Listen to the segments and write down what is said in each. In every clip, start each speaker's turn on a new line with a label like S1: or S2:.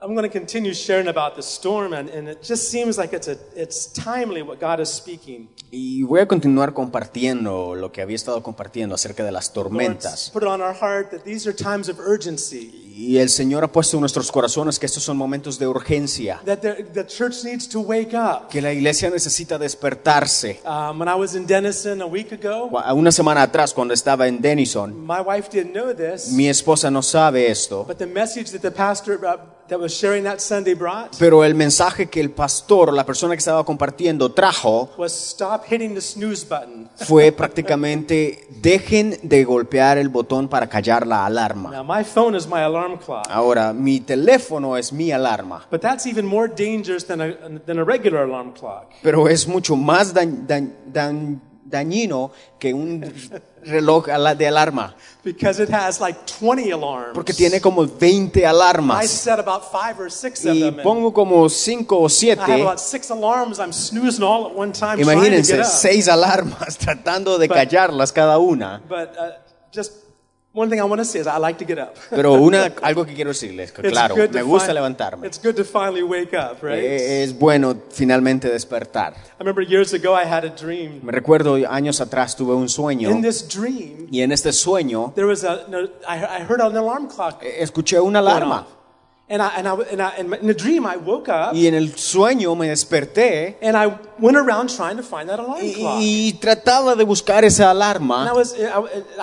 S1: I'm going to continue sharing about the storm, and, and it just seems like it's, a, it's timely what God is speaking.
S2: Y voy a continuar compartiendo lo que había estado compartiendo acerca de las
S1: Lord,
S2: tormentas.
S1: put it on our heart that these are times of urgency,
S2: Y el Señor ha puesto en nuestros corazones que estos son momentos de urgencia,
S1: that the, the church needs to wake up.
S2: que la iglesia necesita despertarse.
S1: Um, when I was in Denison a week ago,
S2: Cu- Una semana atrás, cuando estaba en Denison,
S1: my wife didn't know this,
S2: mi esposa no sabe esto,
S1: but the message that the pastor uh, that was sharing that Sunday brought
S2: pero el mensaje que el pastor, la persona que estaba compartiendo, trajo
S1: was stop hitting the snooze button.
S2: fue prácticamente dejen de golpear el botón para callar la alarma.
S1: Now, my phone is my alarm clock,
S2: Ahora, mi teléfono es mi alarma,
S1: but that's even more dangerous than a, than a regular alarm clock.
S2: pero es mucho más dañ- dañ- dañ- dañino que un reloj ala- de alarma,
S1: Because it has like 20 alarms.
S2: porque tiene como 20
S1: I
S2: alarmas.
S1: set about five or six of
S2: Y
S1: them. and
S2: pongo como 5 o
S1: I have
S2: 7,
S1: about six alarms. I'm snoozing all at one time trying to get
S2: imagínense,
S1: up.
S2: 6 alarmas tratando de callarlas cada una.
S1: But uh, just one thing I want to say is I like to get up.
S2: Pero una, algo que quiero decirles, que
S1: It's
S2: claro,
S1: good to
S2: me gusta
S1: fin-
S2: levantarme.
S1: It's good to finally wake up, right?
S2: Eh, Es bueno finalmente despertar.
S1: I remember years ago I had a dream.
S2: Me recuerdo años atrás tuve un sueño
S1: In this dream,
S2: y en este sueño
S1: there was a no, I, I heard an alarm clock
S2: eh, escuché una
S1: going off.
S2: alarma
S1: And I and I and I and in the dream I woke up
S2: y en el sueño me desperté
S1: and I went around trying to find that alarm
S2: y,
S1: clock.
S2: y trataba de buscar esa
S1: And I
S2: alarma.
S1: was I,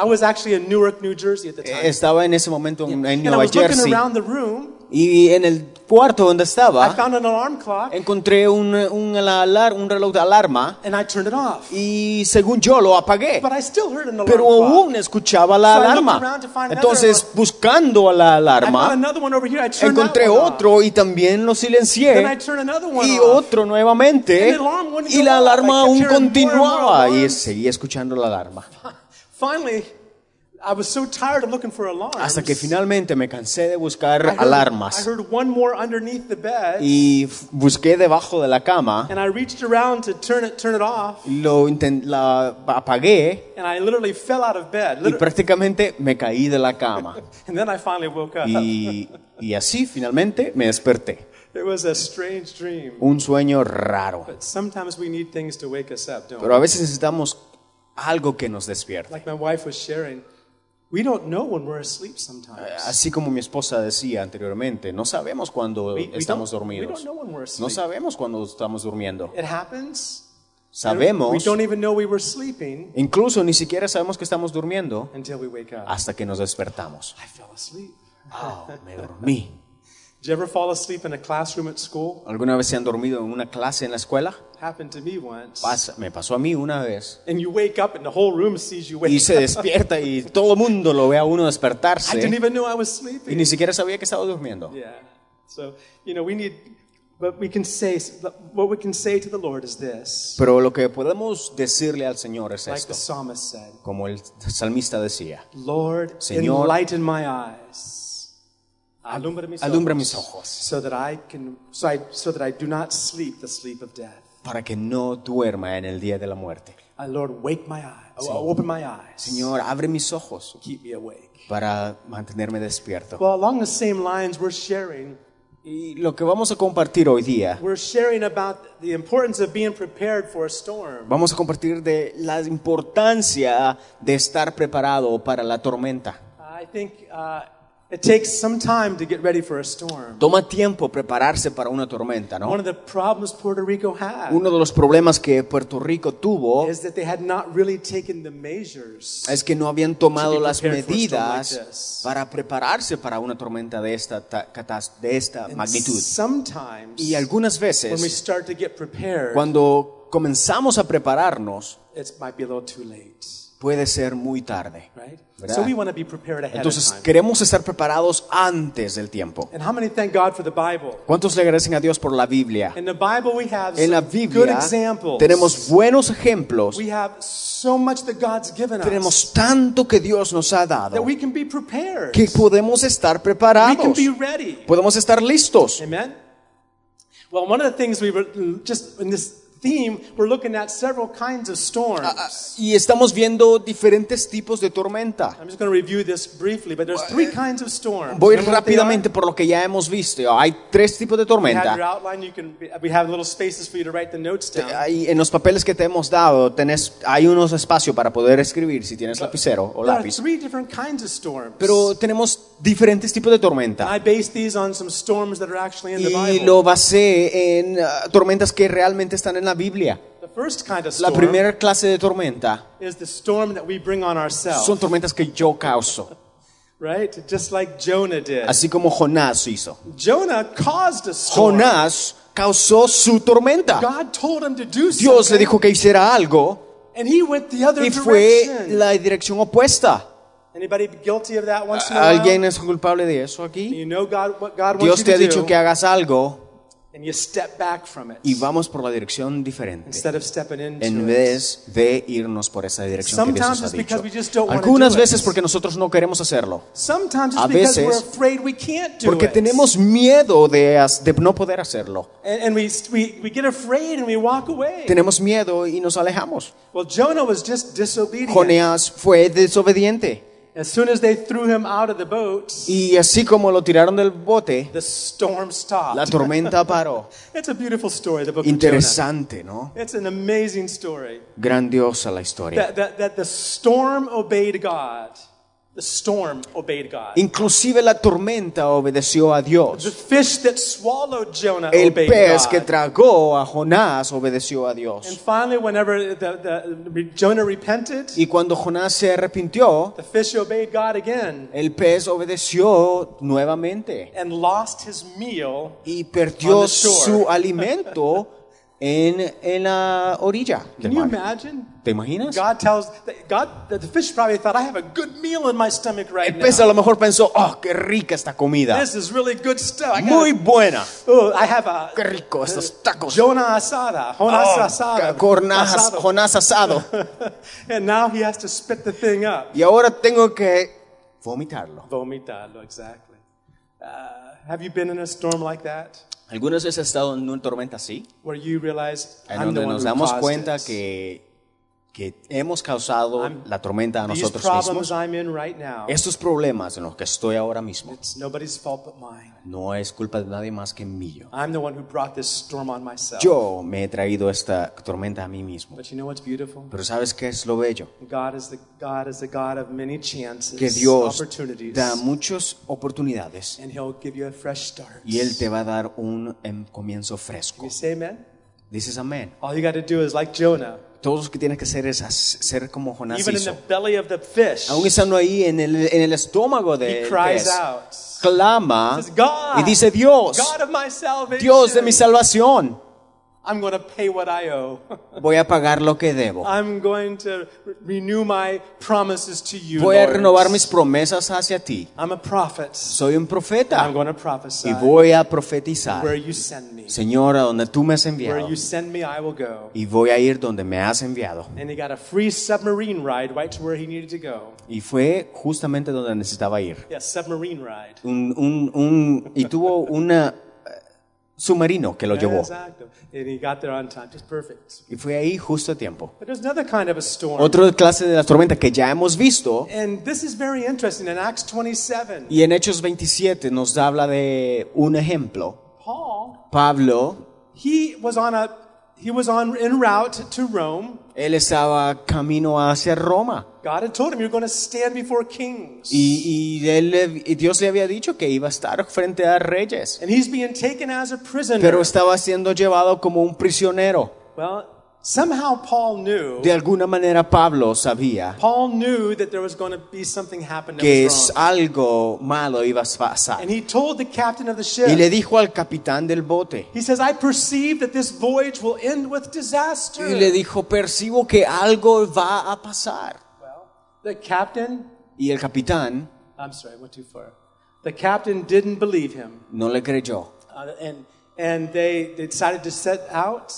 S1: I was actually in Newark, New Jersey at the
S2: Eh,
S1: time.
S2: Estaba en ese momento en, en
S1: and I
S2: Nueva
S1: was
S2: Jersey
S1: looking around the room.
S2: y en el cuarto donde
S1: I
S2: estaba
S1: found an alarm clock
S2: encontré un, un alar- un reloj de alarma
S1: and I turned it off.
S2: y según yo lo apagué.
S1: But I still heard an alarm
S2: Pero
S1: clock.
S2: aún escuchaba la
S1: So I looked
S2: alarma.
S1: around to find another
S2: Entonces, buscando a la
S1: I found
S2: alarma,
S1: another one over here. I turned that
S2: encontré
S1: one off.
S2: otro y también lo
S1: Then I
S2: silencié.
S1: turned another one
S2: Y
S1: off.
S2: otro nuevamente.
S1: And the alarm wouldn't
S2: Y
S1: go
S2: la
S1: off.
S2: alarma
S1: I kept
S2: aún
S1: hearing more
S2: continuaba.
S1: and more
S2: Y
S1: alarms.
S2: seguía escuchando la alarma.
S1: Finally, I was so tired of looking for alarms.
S2: Hasta que finalmente me cansé de buscar
S1: I heard, I
S2: alarmas.
S1: heard one more underneath the bed,
S2: Y f- busqué debajo de la cama.
S1: and I reached around to turn it turn it off,
S2: Lo inten- la apagué.
S1: and I literally fell out of bed.
S2: Y
S1: Liter-
S2: prácticamente me caí de la cama.
S1: and then I finally woke up.
S2: Y, y así finalmente me desperté.
S1: It was a strange dream.
S2: Un sueño raro.
S1: But sometimes we need things to wake us up, don't we?
S2: Pero a veces necesitamos algo que nos despierte.
S1: Like my wife was sharing, we don't know when we're asleep sometimes.
S2: Así como mi esposa decía anteriormente, no sabemos cuándo
S1: We- we
S2: estamos
S1: don't- we
S2: dormidos.
S1: don't know when we're
S2: No
S1: asleep.
S2: sabemos cuándo estamos durmiendo.
S1: It happens. We
S2: Sabemos,
S1: don't even know we were sleeping
S2: incluso ni siquiera sabemos que estamos durmiendo
S1: until we wake up.
S2: hasta que nos despertamos.
S1: I fell asleep.
S2: Ah, me dormí.
S1: Did you ever fall asleep in a classroom at school?
S2: ¿Alguna vez se han dormido en una clase en la escuela?
S1: Happened to me once.
S2: Pasa- me pasó a mí una vez.
S1: And you wake up and the whole room sees you
S2: Y
S1: wake
S2: se
S1: up.
S2: despierta y todo el mundo lo ve a uno
S1: I didn't
S2: despertarse
S1: even know I was
S2: y
S1: sleeping.
S2: ni siquiera sabía que estaba durmiendo.
S1: Yeah. So, you know, we need, but we can say, what we can say to the Lord is this.
S2: Pero lo que podemos decirle al Señor es
S1: Like
S2: esto.
S1: the psalmist said,
S2: como el salmista decía,
S1: Lord,
S2: Señor,
S1: enlighten my eyes. Alumbra mis,
S2: alumbra
S1: ojos,
S2: mis ojos.
S1: So that I can, so I, so that I do not sleep the sleep of death.
S2: para que no duerma en el día de la muerte.
S1: Uh, Lord, wake my eyes. Oh, open my eyes.
S2: Señor, abre mis ojos
S1: Keep me awake.
S2: para mantenerme despierto.
S1: Well, along the same lines, we're sharing.
S2: Y lo que vamos a compartir hoy día,
S1: We're sharing about the importance of being prepared for a storm.
S2: vamos a compartir de la importancia de estar preparado para la tormenta.
S1: I think uh, it takes some time to get ready for a storm.
S2: Toma tiempo prepararse para una tormenta,
S1: One
S2: ¿no?
S1: of the problems Puerto Rico had
S2: Uno de los problemas que Puerto Rico tuvo
S1: is that they had not really taken the measures.
S2: es que no habían tomado
S1: To be
S2: las
S1: prepared for a storm like
S2: medidas
S1: this.
S2: para prepararse para una tormenta de esta, ta- catas- de esta magnitud.
S1: Sometimes,
S2: Y algunas
S1: when we
S2: veces
S1: start to get prepared,
S2: Cuando comenzamos a prepararnos,
S1: it might be a little too late,
S2: puede ser muy tarde.
S1: right?
S2: ¿Verdad?
S1: So we want to be prepared ahead
S2: Entonces,
S1: of time.
S2: queremos estar preparados antes del tiempo.
S1: And how many thank God for the Bible?
S2: ¿Cuántos le agradecen a Dios por la Biblia?
S1: In the Bible, we have
S2: En la
S1: some good
S2: Biblia
S1: examples.
S2: tenemos buenos ejemplos,
S1: We have so much that God's given us
S2: tenemos tanto que Dios nos ha
S1: that
S2: dado
S1: we can be prepared.
S2: que podemos estar
S1: we can
S2: preparados,
S1: be ready.
S2: podemos estar listos.
S1: Amen. Well, one of the things we were just in this theme, we're looking at several kinds of storms.
S2: Ah, Y estamos viendo diferentes tipos de tormenta.
S1: I'm just going to review this briefly, but there's three kinds of storms.
S2: eh, Voy a ir
S1: Remember what they
S2: rápidamente
S1: are?
S2: por lo que ya hemos visto. Hay tres tipos de
S1: You have your
S2: tormenta.
S1: outline. You can. We have little spaces for you to write the notes
S2: Eh,
S1: down.
S2: Hay- en los papeles que te hemos dado tenés, hay unos espacios para poder escribir si tienes lapicero o
S1: There are
S2: lápiz.
S1: three different kinds of storms.
S2: Pero tenemos diferentes tipos de tormenta.
S1: I base these on some storms that are actually in the
S2: Y
S1: Bible.
S2: lo basé en ah, tormentas que realmente están en la Biblia.
S1: The first kind of
S2: La
S1: storm
S2: primera clase de tormenta
S1: is the storm that we bring on ourselves,
S2: son tormentas que yo causo,
S1: right? Just like Jonah did.
S2: así como Jonás hizo.
S1: Jonah caused a storm.
S2: Jonás causó su tormenta.
S1: God told him to do something,
S2: Dios le dijo que hiciera algo
S1: and he went the other
S2: y fue
S1: direction.
S2: la dirección opuesta.
S1: Anybody guilty of that once in a while?
S2: ¿Alguien es culpable de eso aquí?
S1: You know God, what God
S2: Dios
S1: wants you
S2: te ha
S1: to
S2: dicho
S1: do,
S2: que hagas algo
S1: and you step back from it
S2: y vamos por la dirección diferente
S1: instead of stepping into
S2: en
S1: it.
S2: vez de irnos por esa dirección que Dios nos
S1: Sometimes
S2: ha
S1: it's because we just
S2: dicho.
S1: don't wanna
S2: Algunas
S1: do it.
S2: veces porque nosotros no queremos hacerlo,
S1: Sometimes it's
S2: A
S1: because we're
S2: veces,
S1: afraid we can't do
S2: porque
S1: it.
S2: tenemos miedo de, as- de no poder hacerlo.
S1: And, and we, we, we get afraid and we walk away.
S2: Tenemos miedo y nos alejamos.
S1: Well, Jonah was just disobedient.
S2: Jonás fue desobediente
S1: As soon as they threw him out of the boat,
S2: y así como lo tiraron del bote,
S1: the storm stopped.
S2: la tormenta paró.
S1: It's a beautiful story, the book of Jonah.
S2: Interesante, ¿no?
S1: It's an amazing story.
S2: Grandiosa la historia.
S1: That, that, that the storm obeyed God. The storm obeyed God.
S2: Inclusive la tormenta obedeció a Dios.
S1: The fish that swallowed Jonah
S2: El
S1: obeyed
S2: pez
S1: God.
S2: que tragó a Jonás obedeció a
S1: and
S2: Dios.
S1: finally, whenever the, the, Jonah repented,
S2: Y cuando Jonás se arrepintió,
S1: the fish obeyed God again
S2: el pez obedeció nuevamente
S1: and lost his meal
S2: y
S1: On
S2: perdió
S1: the shore.
S2: su alimento en, en la orilla
S1: Can
S2: del
S1: you
S2: mar.
S1: imagine?
S2: ¿Te imaginas?
S1: God tells God that the fish probably thought I have a good meal in my stomach right
S2: El pez a
S1: now.
S2: lo mejor pensó, oh, qué rica esta comida.
S1: This is really good stuff. I, gotta-
S2: Muy buena.
S1: oh, I have a
S2: Qué rico estos tacos.
S1: Jonah asada, Jonas
S2: Oh,
S1: asada,
S2: Jonás-
S1: asado.
S2: Jonás asado.
S1: and now he has to spit the thing up.
S2: Y ahora tengo que vomitarlo.
S1: Vomitarlo, exactly. Uh, have you been in a storm like that
S2: ¿Algunas veces has estado en una tormenta así?
S1: where you realize
S2: en
S1: I'm the
S2: donde
S1: one
S2: nos
S1: who
S2: damos
S1: caused
S2: cuenta
S1: this?
S2: que, que hemos causado
S1: I'm-
S2: la tormenta a
S1: These
S2: nosotros
S1: problems
S2: mismos.
S1: I'm in right now,
S2: Estos problemas en los que estoy ahora mismo
S1: it's nobody's fault but mine.
S2: no es culpa de nadie más que mío.
S1: I'm the one who brought this storm on myself.
S2: Yo me he traído esta tormenta a mí mismo.
S1: But you know what's beautiful?
S2: Pero ¿sabes qué es lo bello?
S1: God is the God is the God of many chances,
S2: Que Dios
S1: opportunities,
S2: da muchas oportunidades
S1: and He'll give you a fresh start.
S2: y Él te va a dar un em, comienzo fresco.
S1: You say Amen.
S2: Dices amén.
S1: All you got to do is like Jonah,
S2: Todo lo que tienes que hacer es hac- ser como Jonás
S1: even in the
S2: hizo.
S1: belly of the fish,
S2: Aún estando ahí en el, en el estómago
S1: he
S2: de
S1: cries
S2: pez,
S1: out,
S2: clama
S1: Says, "God,
S2: y dice Dios,
S1: God of my salvation,
S2: Dios de mi salvación,
S1: I'm going to pay what I owe.
S2: voy a pagar lo que debo.
S1: I'm going to re- renew my promises to you.
S2: Voy a
S1: Lord.
S2: renovar mis promesas hacia ti.
S1: I'm a prophet.
S2: Soy un
S1: I'm
S2: profeta
S1: going to prophesy.
S2: y voy a
S1: Where
S2: profetizar.
S1: you send me,
S2: Señor, a donde tú me has
S1: where
S2: enviado
S1: you send me, I will go.
S2: y voy a ir donde me has enviado.
S1: And he got a free submarine ride right to where he needed to go.
S2: Y fue justamente donde necesitaba ir.
S1: Yeah, submarine ride.
S2: Un, un, un- y tuvo una eh, submarino que lo llevó.
S1: Exacto. And he got there on time, just perfect.
S2: Y fue ahí justo a tiempo.
S1: But there's another kind of a storm.
S2: Otra clase de las tormentas que ya hemos visto
S1: And this is very interesting. In Acts 27,
S2: y en Hechos 27 nos habla de un ejemplo.
S1: Paul,
S2: Pablo,
S1: he was on a he was on en route to Rome.
S2: él estaba camino hacia Roma
S1: God had told him, "You're going to stand before kings."
S2: y, y él le- y Dios le había dicho que iba a estar frente a reyes,
S1: And he's being taken as a prisoner.
S2: pero estaba siendo llevado como un prisionero.
S1: well, somehow Paul knew.
S2: De alguna manera Pablo sabía
S1: Paul knew that there was going to be something happen that
S2: que
S1: was
S2: es
S1: wrong.
S2: algo malo iba a pasar
S1: And he told the captain of the ship.
S2: y le dijo al capitán del bote
S1: He says, I perceive that this voyage will end with disaster.
S2: y le dijo percibo que algo va a pasar
S1: well, the captain,
S2: y el capitán
S1: I'm sorry, I went too far. The captain didn't believe him.
S2: no le creyó
S1: Uh, and, and they, they decided to set out.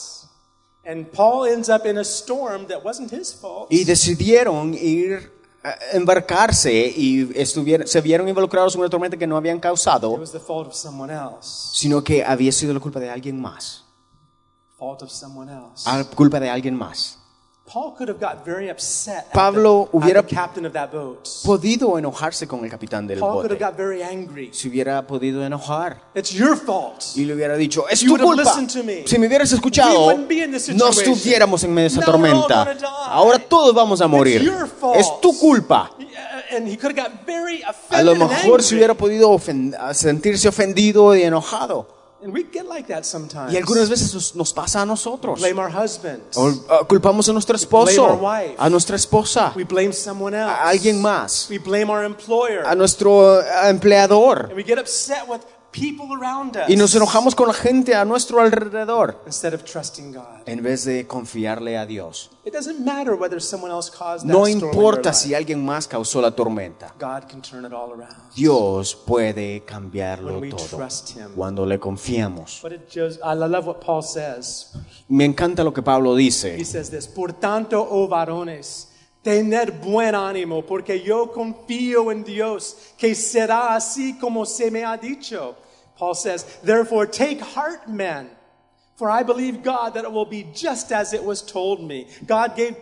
S1: And Paul ends up in a storm that wasn't his fault.
S2: Y decidieron ir a embarcarse y estuvieron, se vieron involucrados en una tormenta que no habían
S1: It
S2: causado,
S1: was the fault of someone else.
S2: sino que había sido la culpa de alguien más.
S1: fault of someone else.
S2: a culpa de alguien más.
S1: Paul could have got very upset
S2: Pablo
S1: at, the,
S2: hubiera-
S1: at the captain of that boat.
S2: Podido enojarse con el capitán del
S1: Paul could have
S2: bote.
S1: got very angry.
S2: Se hubiera podido enojar
S1: It's your fault.
S2: y le hubiera dicho, es
S1: You
S2: tu
S1: would've
S2: culpa.
S1: listened to me.
S2: Si me hubieras
S1: We
S2: escuchado,
S1: wouldn't be in this
S2: no
S1: situation.
S2: estuviéramos en medio de esa
S1: Now we're all
S2: tormenta.
S1: gonna die.
S2: Ahora todos vamos a morir.
S1: your fault.
S2: Es tu culpa.
S1: Yeah, Uh, And he could have got very
S2: A
S1: offended
S2: lo
S1: and
S2: mejor se
S1: angry.
S2: hubiera podido ofen- sentirse ofendido y enojado.
S1: And we get like that sometimes.
S2: Y algunas veces nos- nos pasa a nosotros.
S1: blame our husbands.
S2: O, ah, Culpamos a nuestro
S1: Blame
S2: esposo,
S1: our wife.
S2: a nuestra esposa,
S1: we blame someone else.
S2: a alguien más,
S1: We blame our employer.
S2: a nuestro ah, empleador.
S1: and we get upset with people around us.
S2: Y nos enojamos con la gente a nuestro alrededor
S1: instead of trusting God.
S2: en vez de confiarle a Dios.
S1: It doesn't matter whether someone else caused that
S2: No
S1: storm in your
S2: importa
S1: life.
S2: si alguien más causó la tormenta.
S1: God can turn it all around.
S2: Dios puede cambiarlo
S1: When we
S2: todo
S1: trust Him.
S2: cuando le confiamos.
S1: But it just, I love what Paul says.
S2: Me encanta lo que Pablo
S1: He
S2: dice.
S1: says this, por tanto, oh varones, tener buen ánimo, porque yo confío en Dios, que será así como se me ha dicho. Paul says, therefore take heart, men, for I believe God that it will be just as it was told me. God gave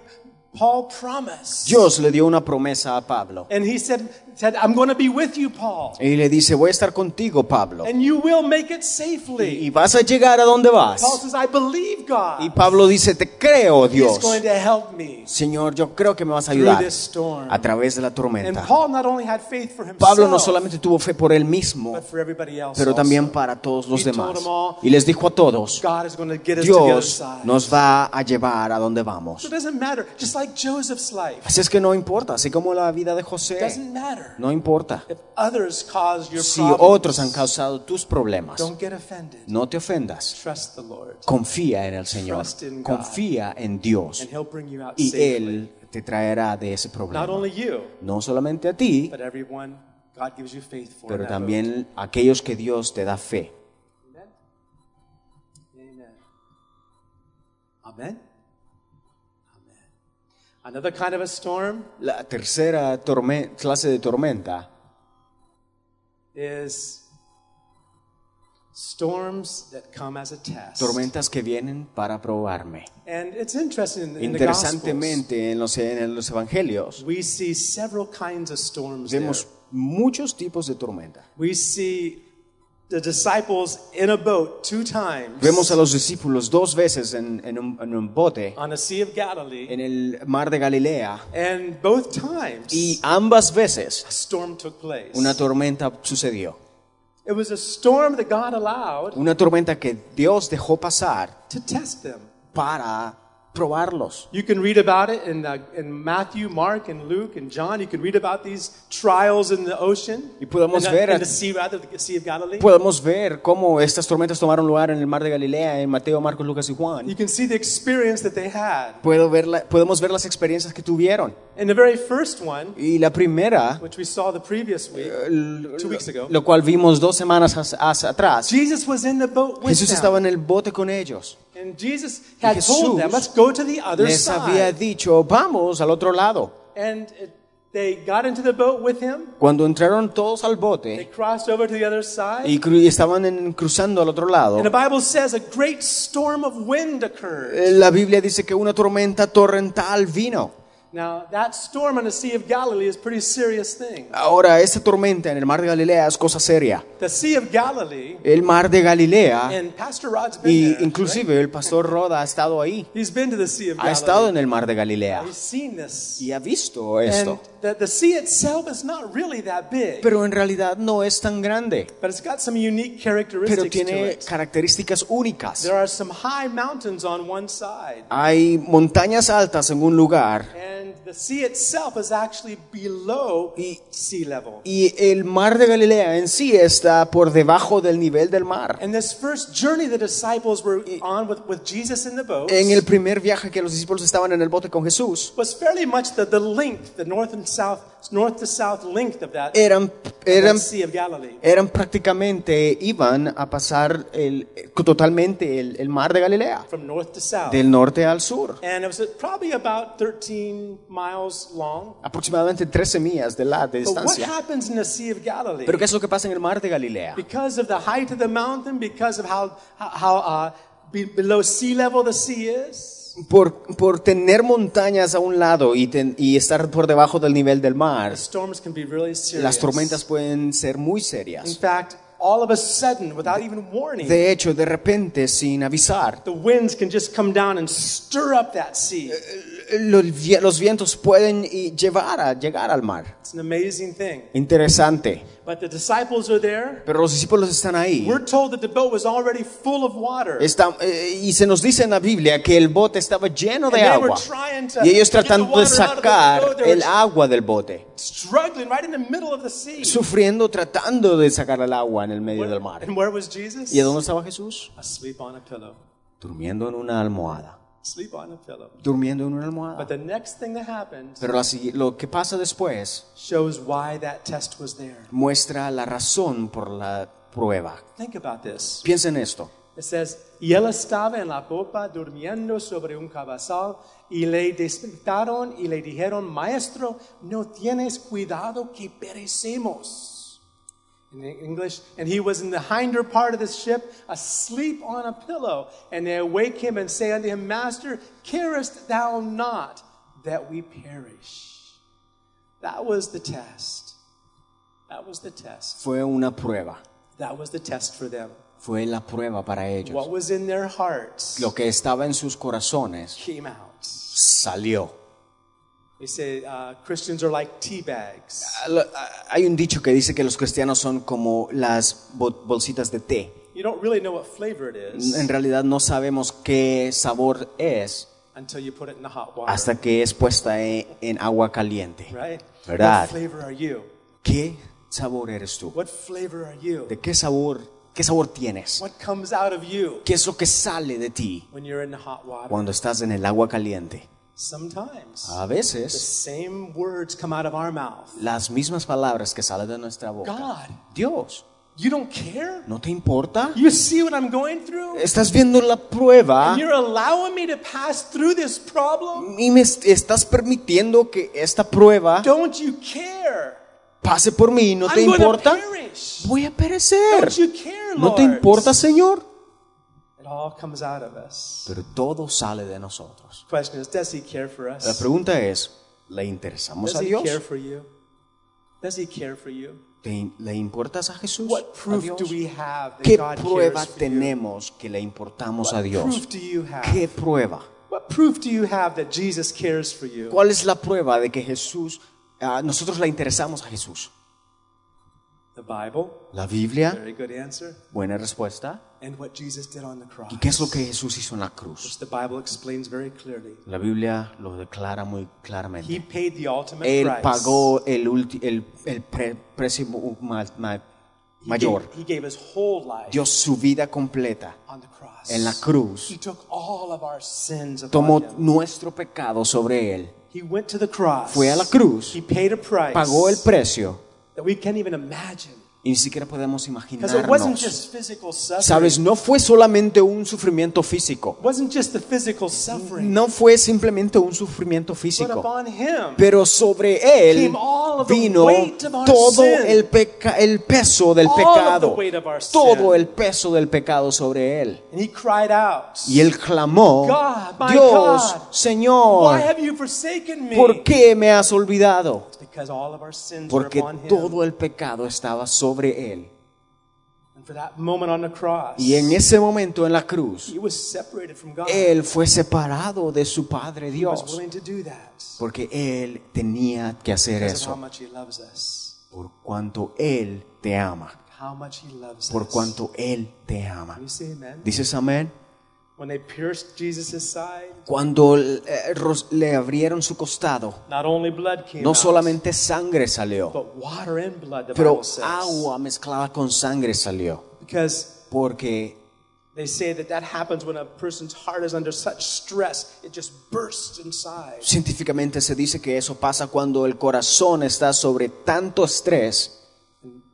S1: Paul promise.
S2: Dios le dio una promesa a Pablo
S1: And he said, said I'm going to be with you, Paul,
S2: y le dice, voy a estar contigo, Pablo,
S1: and you will make it
S2: y
S1: safely.
S2: vas a llegar a donde vas.
S1: Paul says, I believe
S2: Y
S1: God
S2: Pablo dice, te creo,
S1: is
S2: Dios.
S1: going to help me.
S2: Señor, yo creo que me vas a
S1: Through
S2: ayudar
S1: this storm.
S2: a través de la
S1: And
S2: tormenta.
S1: Paul not only had faith for himself,
S2: Pablo no solamente tuvo fe por él mismo,
S1: but for everybody else
S2: pero
S1: also.
S2: también para todos los
S1: He told
S2: demás.
S1: them all,
S2: Y les dijo a todos,
S1: God is going to get us to the other
S2: Dios
S1: side.
S2: nos va a llevar a
S1: So
S2: donde
S1: it
S2: vamos.
S1: doesn't matter. Just like Joseph's life,
S2: Así es que no importa, así como la vida de
S1: it
S2: José,
S1: doesn't matter
S2: no importa.
S1: if others cause your
S2: Si
S1: problems.
S2: otros han causado tus problemas,
S1: Don't get offended.
S2: no te ofendas.
S1: Trust the Lord,
S2: Confía en el Señor,
S1: Trust in God.
S2: confía en Dios
S1: and He'll bring you out
S2: y
S1: safely.
S2: Él te traerá de ese
S1: Not
S2: problema.
S1: only you,
S2: No solamente a ti,
S1: but everyone God gives you faith for. in
S2: pero
S1: that
S2: también a aquellos que Dios te da fe.
S1: moment. Amen. Amen. Amen. Another kind of a storm
S2: La tercera torme- clase de tormenta
S1: is storms that come as a test.
S2: tormentas que vienen para probarme.
S1: And it's interesting in, in the Gospels,
S2: Interesantemente, en los, en los evangelios
S1: we see several kinds of storms
S2: vemos
S1: there.
S2: muchos tipos de tormenta.
S1: We see the disciples in a boat two times
S2: Vemos a los discípulos dos veces en, en un, en un bote
S1: on the Sea of Galilee,
S2: en el mar de Galilea
S1: and both times
S2: y ambas veces
S1: a storm took place.
S2: una tormenta sucedió.
S1: it was a storm that God allowed
S2: Una tormenta que Dios dejó pasar
S1: to test them.
S2: para probarlos.
S1: You can read about it in, uh, in Matthew, Mark, and Luke, and John. You can read about these trials in the ocean.
S2: Y podemos
S1: in the,
S2: ver a-
S1: in the sea, rather, the Sea of Galilee.
S2: Podemos ver cómo estas tormentas tomaron lugar en el mar de Galilea, en Mateo, Marcos, Lucas y Juan.
S1: You can see the experience that they had.
S2: Puedo ver la- podemos ver las experiencias que tuvieron.
S1: In the very first one,
S2: Y la primera,
S1: which we saw the previous week,
S2: l-
S1: two weeks ago,
S2: lo cual vimos dos semanas as- as- atrás,
S1: Jesus was in the boat with
S2: Jesús
S1: them.
S2: estaba en el bote con ellos.
S1: and Jesus had
S2: Jesús
S1: told them, let's go to the other
S2: Les había
S1: side.
S2: dicho, vamos al otro lado.
S1: And it, they got into the boat with him.
S2: Cuando entraron todos al
S1: They
S2: bote
S1: crossed over to the other side.
S2: y, cru- y estaban en- cruzando al otro lado,
S1: and the Bible says a great storm of wind occurred.
S2: eh, la Biblia dice que una tormenta torrental vino.
S1: Now, that storm on the Sea of Galilee is a pretty serious thing.
S2: Ahora, esta tormenta en el mar de Galilea es cosa seria.
S1: The Sea of Galilee,
S2: El mar de Galilea,
S1: and Pastor Rod's been
S2: Ah. y
S1: there, right?
S2: inclusive el pastor Roda ha estado ahí,
S1: He's been to the Sea of
S2: ha estado
S1: Galilee.
S2: en el mar de Galilea
S1: He's seen this.
S2: y ha visto esto.
S1: And the, the sea itself is not really that big,
S2: pero en realidad no es tan grande.
S1: but it's got some unique
S2: Pero
S1: characteristics to
S2: tiene
S1: it.
S2: características únicas.
S1: There are some high mountains on one side,
S2: Hay montañas altas en un lugar
S1: and the sea itself is actually below
S2: Y-
S1: sea level.
S2: y el mar de Galilea en sí está por debajo del nivel del mar.
S1: And this first journey the disciples were on with, with Jesus in the boat
S2: En el primer viaje que los discípulos estaban en el bote con Jesús,
S1: was fairly much the, the length, the north and south, north to south length of that, of
S2: eran,
S1: that
S2: eran,
S1: Sea of Galilee.
S2: eran prácticamente, iban a pasar el, totalmente el, el mar de Galilea,
S1: From north to south.
S2: del norte al sur,
S1: and it was probably about 13 miles long.
S2: aproximadamente 13 millas de, la, de
S1: But what
S2: distancia.
S1: happens in the Sea of Galilee?
S2: Pero ¿qué es lo que pasa en el mar de Galilea?
S1: because of the height of the mountain, because of how how uh, be- below sea level the sea is,
S2: Por, por tener montañas a un lado y, ten- y estar por debajo del nivel del mar,
S1: storms can be really serious.
S2: las tormentas pueden ser muy
S1: In
S2: serias.
S1: fact, all of a sudden, without even warning,
S2: De hecho, de repente, sin avisar,
S1: the winds can just come down and stir up that sea.
S2: los, vi- los vientos pueden y llevar a llegar al mar.
S1: It's an amazing thing.
S2: Interesante.
S1: But the disciples are there.
S2: Pero los discípulos están ahí.
S1: We're told that the boat was already full of water.
S2: Está- eh, y se nos dice en la Biblia que el bote estaba lleno de
S1: And they were
S2: agua.
S1: trying to
S2: Y ellos
S1: get the
S2: tratando de
S1: water out of the
S2: sacar
S1: boat, they were
S2: el agua del bote.
S1: struggling right in the middle of the sea.
S2: Sufriendo, tratando de sacar el agua en el medio del mar.
S1: And where was Jesus?
S2: ¿Y dónde estaba Jesús?
S1: Asleep on a pillow.
S2: Durmiendo en una almohada.
S1: Sleep on a pillow.
S2: Durmiendo en una
S1: But
S2: almohada.
S1: the next thing that happened
S2: Pero la sigui- lo que pasa después
S1: shows why that test was there.
S2: muestra la razón por la prueba.
S1: Think about this.
S2: Piensen esto.
S1: It says, y él estaba en la popa durmiendo sobre un cabazal y le despertaron y le dijeron, maestro, no tienes cuidado que perecemos. In English, and he was in the hinder part of the ship, asleep on a pillow. And they awake him and say unto him, Master, carest thou not that we perish? That was the test. That was the test.
S2: Fue una prueba.
S1: That was the test for them.
S2: Fue la prueba para ellos.
S1: What was in their hearts?
S2: Lo que estaba en sus corazones
S1: came out.
S2: salió.
S1: They say uh, Christians are like tea bags.
S2: Al- a- Hay un dicho que dice que los cristianos son como las bo- bolsitas de té.
S1: You don't really know what flavor it is
S2: En realidad no sabemos qué sabor es
S1: until you put it in the hot water.
S2: hasta que es puesta e- en agua caliente.
S1: Right?
S2: ¿Verdad?
S1: What flavor are you?
S2: ¿Qué sabor eres tú?
S1: What flavor are you?
S2: ¿De qué sabor, qué sabor tienes?
S1: What comes out of you
S2: ¿Qué es lo que sale de ti
S1: when you're in the hot water?
S2: cuando estás en el agua caliente?
S1: Sometimes
S2: A
S1: the
S2: veces
S1: same words come out of our mouth.
S2: las mismas palabras que salen de nuestra boca.
S1: God,
S2: Dios,
S1: you don't care?
S2: ¿no te importa?
S1: You see what I'm going through?
S2: Estás viendo la prueba
S1: And you're allowing me to pass through this problem?
S2: y me est- estás permitiendo que esta prueba
S1: Don't you care?
S2: pase por mí y Mm. no te
S1: I'm going to
S2: importa,
S1: perish.
S2: voy a perecer.
S1: Don't you care,
S2: ¿No
S1: Lord?
S2: te importa, Señor?
S1: It all comes out of us.
S2: Pero todo sale de nosotros.
S1: Question is, does he care for
S2: La
S1: us?
S2: pregunta es, ¿le interesamos
S1: Does
S2: a
S1: he
S2: Dios?
S1: care for you? Does he care for you?
S2: ¿Te in- ¿Le importas a Jesús?
S1: What
S2: ¿A
S1: proof
S2: Dios?
S1: do we have that
S2: ¿Qué
S1: God
S2: prueba
S1: cares for you?
S2: tenemos que le importamos a
S1: What
S2: Dios?
S1: proof do you have?
S2: ¿Qué prueba?
S1: What proof do you have that Jesus cares for you?
S2: ¿Cuál es la prueba de que Jesús, a nosotros le interesamos a Jesús?
S1: The Bible.
S2: La Biblia,
S1: Very good answer.
S2: buena respuesta.
S1: And what Jesus did on the cross.
S2: ¿Y qué es lo que Jesús hizo en la cruz?
S1: Which the Bible explains very clearly.
S2: La Biblia lo declara muy claramente.
S1: He paid the ultimate
S2: Él
S1: price.
S2: pagó el, ulti- el, el pre- precio ma- ma-
S1: He
S2: mayor.
S1: gave- he gave his whole life
S2: Dio su vida completa
S1: on the cross.
S2: en la cruz.
S1: He took all of our sins upon
S2: Tomó
S1: him.
S2: nuestro pecado sobre él.
S1: He went to the cross.
S2: Fue a la cruz.
S1: He paid a price
S2: Pagó el precio.
S1: that we can't even imagine.
S2: Y ni siquiera podemos
S1: Because it wasn't
S2: imaginarnos.
S1: just physical suffering.
S2: Sabes, no fue solamente un sufrimiento físico.
S1: It wasn't just the physical suffering.
S2: No fue simplemente un sufrimiento
S1: But
S2: físico.
S1: upon him
S2: Pero sobre él
S1: Came all of the
S2: vino
S1: weight of our
S2: todo
S1: sin.
S2: el, peca- el peso del
S1: All of the
S2: pecado.
S1: weight of our sin.
S2: Todo el peso del pecado sobre él.
S1: and he cried out,
S2: Y él clamó,
S1: God, my
S2: Dios,
S1: God, Why
S2: Señor,
S1: have you forsaken me?
S2: ¿por qué me has olvidado?
S1: Because all of our sins
S2: Porque
S1: were upon him.
S2: todo el pecado estaba sobre él.
S1: And for that moment on the cross,
S2: Y en ese momento en la cruz,
S1: he was separated from God.
S2: él fue separado de su Padre
S1: he was
S2: Dios.
S1: willing to do that
S2: Porque él tenía que hacer
S1: because of how
S2: eso.
S1: much he loves us.
S2: Por cuanto él te ama.
S1: How much he loves
S2: Por
S1: us.
S2: cuanto él te ama.
S1: Can you say amen?
S2: ¿Dices amén?
S1: When they pierced Jesus' side,
S2: Cuando eh, ros- le abrieron su costado,
S1: not only blood came
S2: no
S1: out,
S2: solamente sangre salió,
S1: but water and blood, the
S2: pero
S1: Bible says.
S2: agua mezclada con sangre salió.
S1: Because
S2: porque
S1: they say that that happens when a person's heart is under such stress, it just bursts inside.
S2: científicamente se dice que eso pasa cuando el corazón está sobre tanto estrés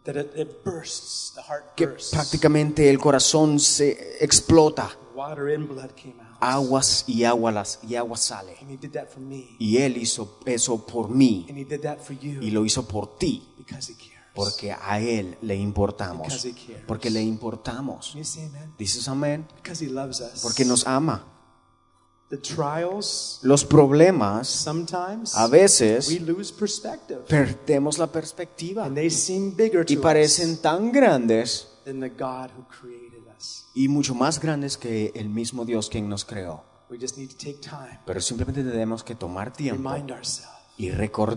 S1: That it, it bursts, the heart
S2: que
S1: bursts.
S2: prácticamente el corazón se explota.
S1: Water and blood came out.
S2: Aguas y aguas las- y agua sale.
S1: And he did that for me.
S2: Y él hizo eso por mí
S1: And he did that for you.
S2: y lo hizo por ti
S1: Because he cares.
S2: Porque a Él le importamos.
S1: Because he cares.
S2: Porque le importamos.
S1: Can you say amen?
S2: Dices amén.
S1: Because he loves us.
S2: Porque nos ama.
S1: the trials
S2: Los problemas,
S1: sometimes
S2: a
S1: we
S2: veces,
S1: lose perspective.
S2: perdemos la perspectiva.
S1: And they seem bigger
S2: Y
S1: to us
S2: parecen tan grandes
S1: than the God who created us.
S2: y mucho más grandes que el mismo Dios quien nos creó.
S1: We just need to take time,
S2: Pero simplemente tenemos que tomar tiempo
S1: remind ourselves,
S2: y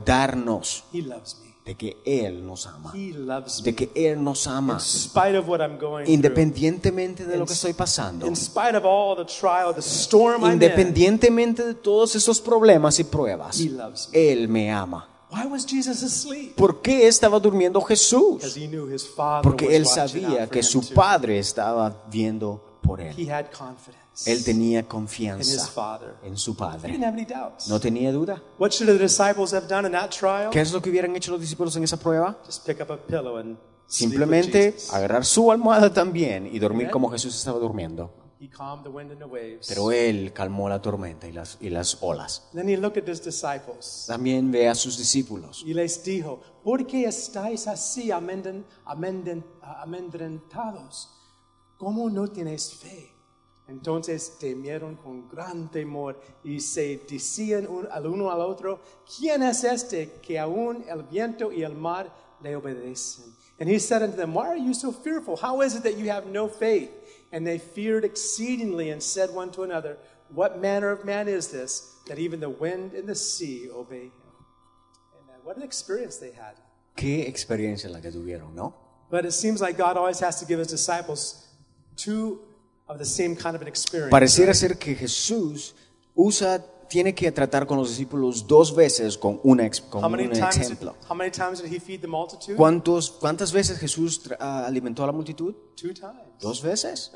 S2: recordarnos
S1: He loves me.
S2: de que Él nos ama.
S1: He loves me.
S2: De que Él nos ama.
S1: In spite of what I'm going through,
S2: Independientemente de lo que estoy pasando.
S1: in spite of all the trial, the storm I'm in,
S2: Independientemente de todos esos problemas y pruebas.
S1: He loves me.
S2: Él me ama.
S1: Why was Jesus asleep?
S2: ¿Por qué estaba durmiendo
S1: Because
S2: Jesús?
S1: he knew his father
S2: Porque Él
S1: was watching
S2: sabía
S1: out
S2: que
S1: for him
S2: su
S1: too.
S2: Padre estaba viendo por
S1: He
S2: Él.
S1: had confidence
S2: Él
S1: in
S2: tenía
S1: his
S2: confianza
S1: father.
S2: en su
S1: He
S2: Padre.
S1: didn't have any doubts.
S2: No tenía duda.
S1: What should the disciples have done in that trial?
S2: ¿Qué es lo que hubieran hecho los discípulos en esa prueba?
S1: Just pick up a pillow and sleep with
S2: Simplemente
S1: Jesus.
S2: agarrar su almohada también y dormir
S1: Amen.
S2: como Jesús estaba durmiendo.
S1: He calmed the wind and the waves.
S2: Pero él calmó la tormenta y las, y las olas.
S1: Then he looked at his disciples.
S2: También ve a sus discípulos
S1: Y les dijo, ¿por qué estáis así amenden- amenden- amedrentados? ¿Cómo no tenéis fe? Entonces temieron con gran temor y se decían un- al uno al otro, ¿quién es este que aún el viento y el mar le obedecen? And he said unto them, Why are you so fearful? How is it that you have no faith? And they feared exceedingly and said one to another, What manner of man is this that even the wind and the sea obey him? And uh, what an experience they had.
S2: qué experiencia la que tuvieron, ¿no?
S1: But it seems like God always has to give his disciples two of the same kind of an experience.
S2: Pareciera ser que Jesús usa, tiene que tratar con los discípulos dos veces con, una, ex- con
S1: how, many
S2: un
S1: times did,
S2: ejemplo.
S1: how many times did he feed the multitude?
S2: ¿Cuántos, ¿Cuántas veces Jesús tra- ah, alimentó a la multitud?
S1: Two times.
S2: Dos veces.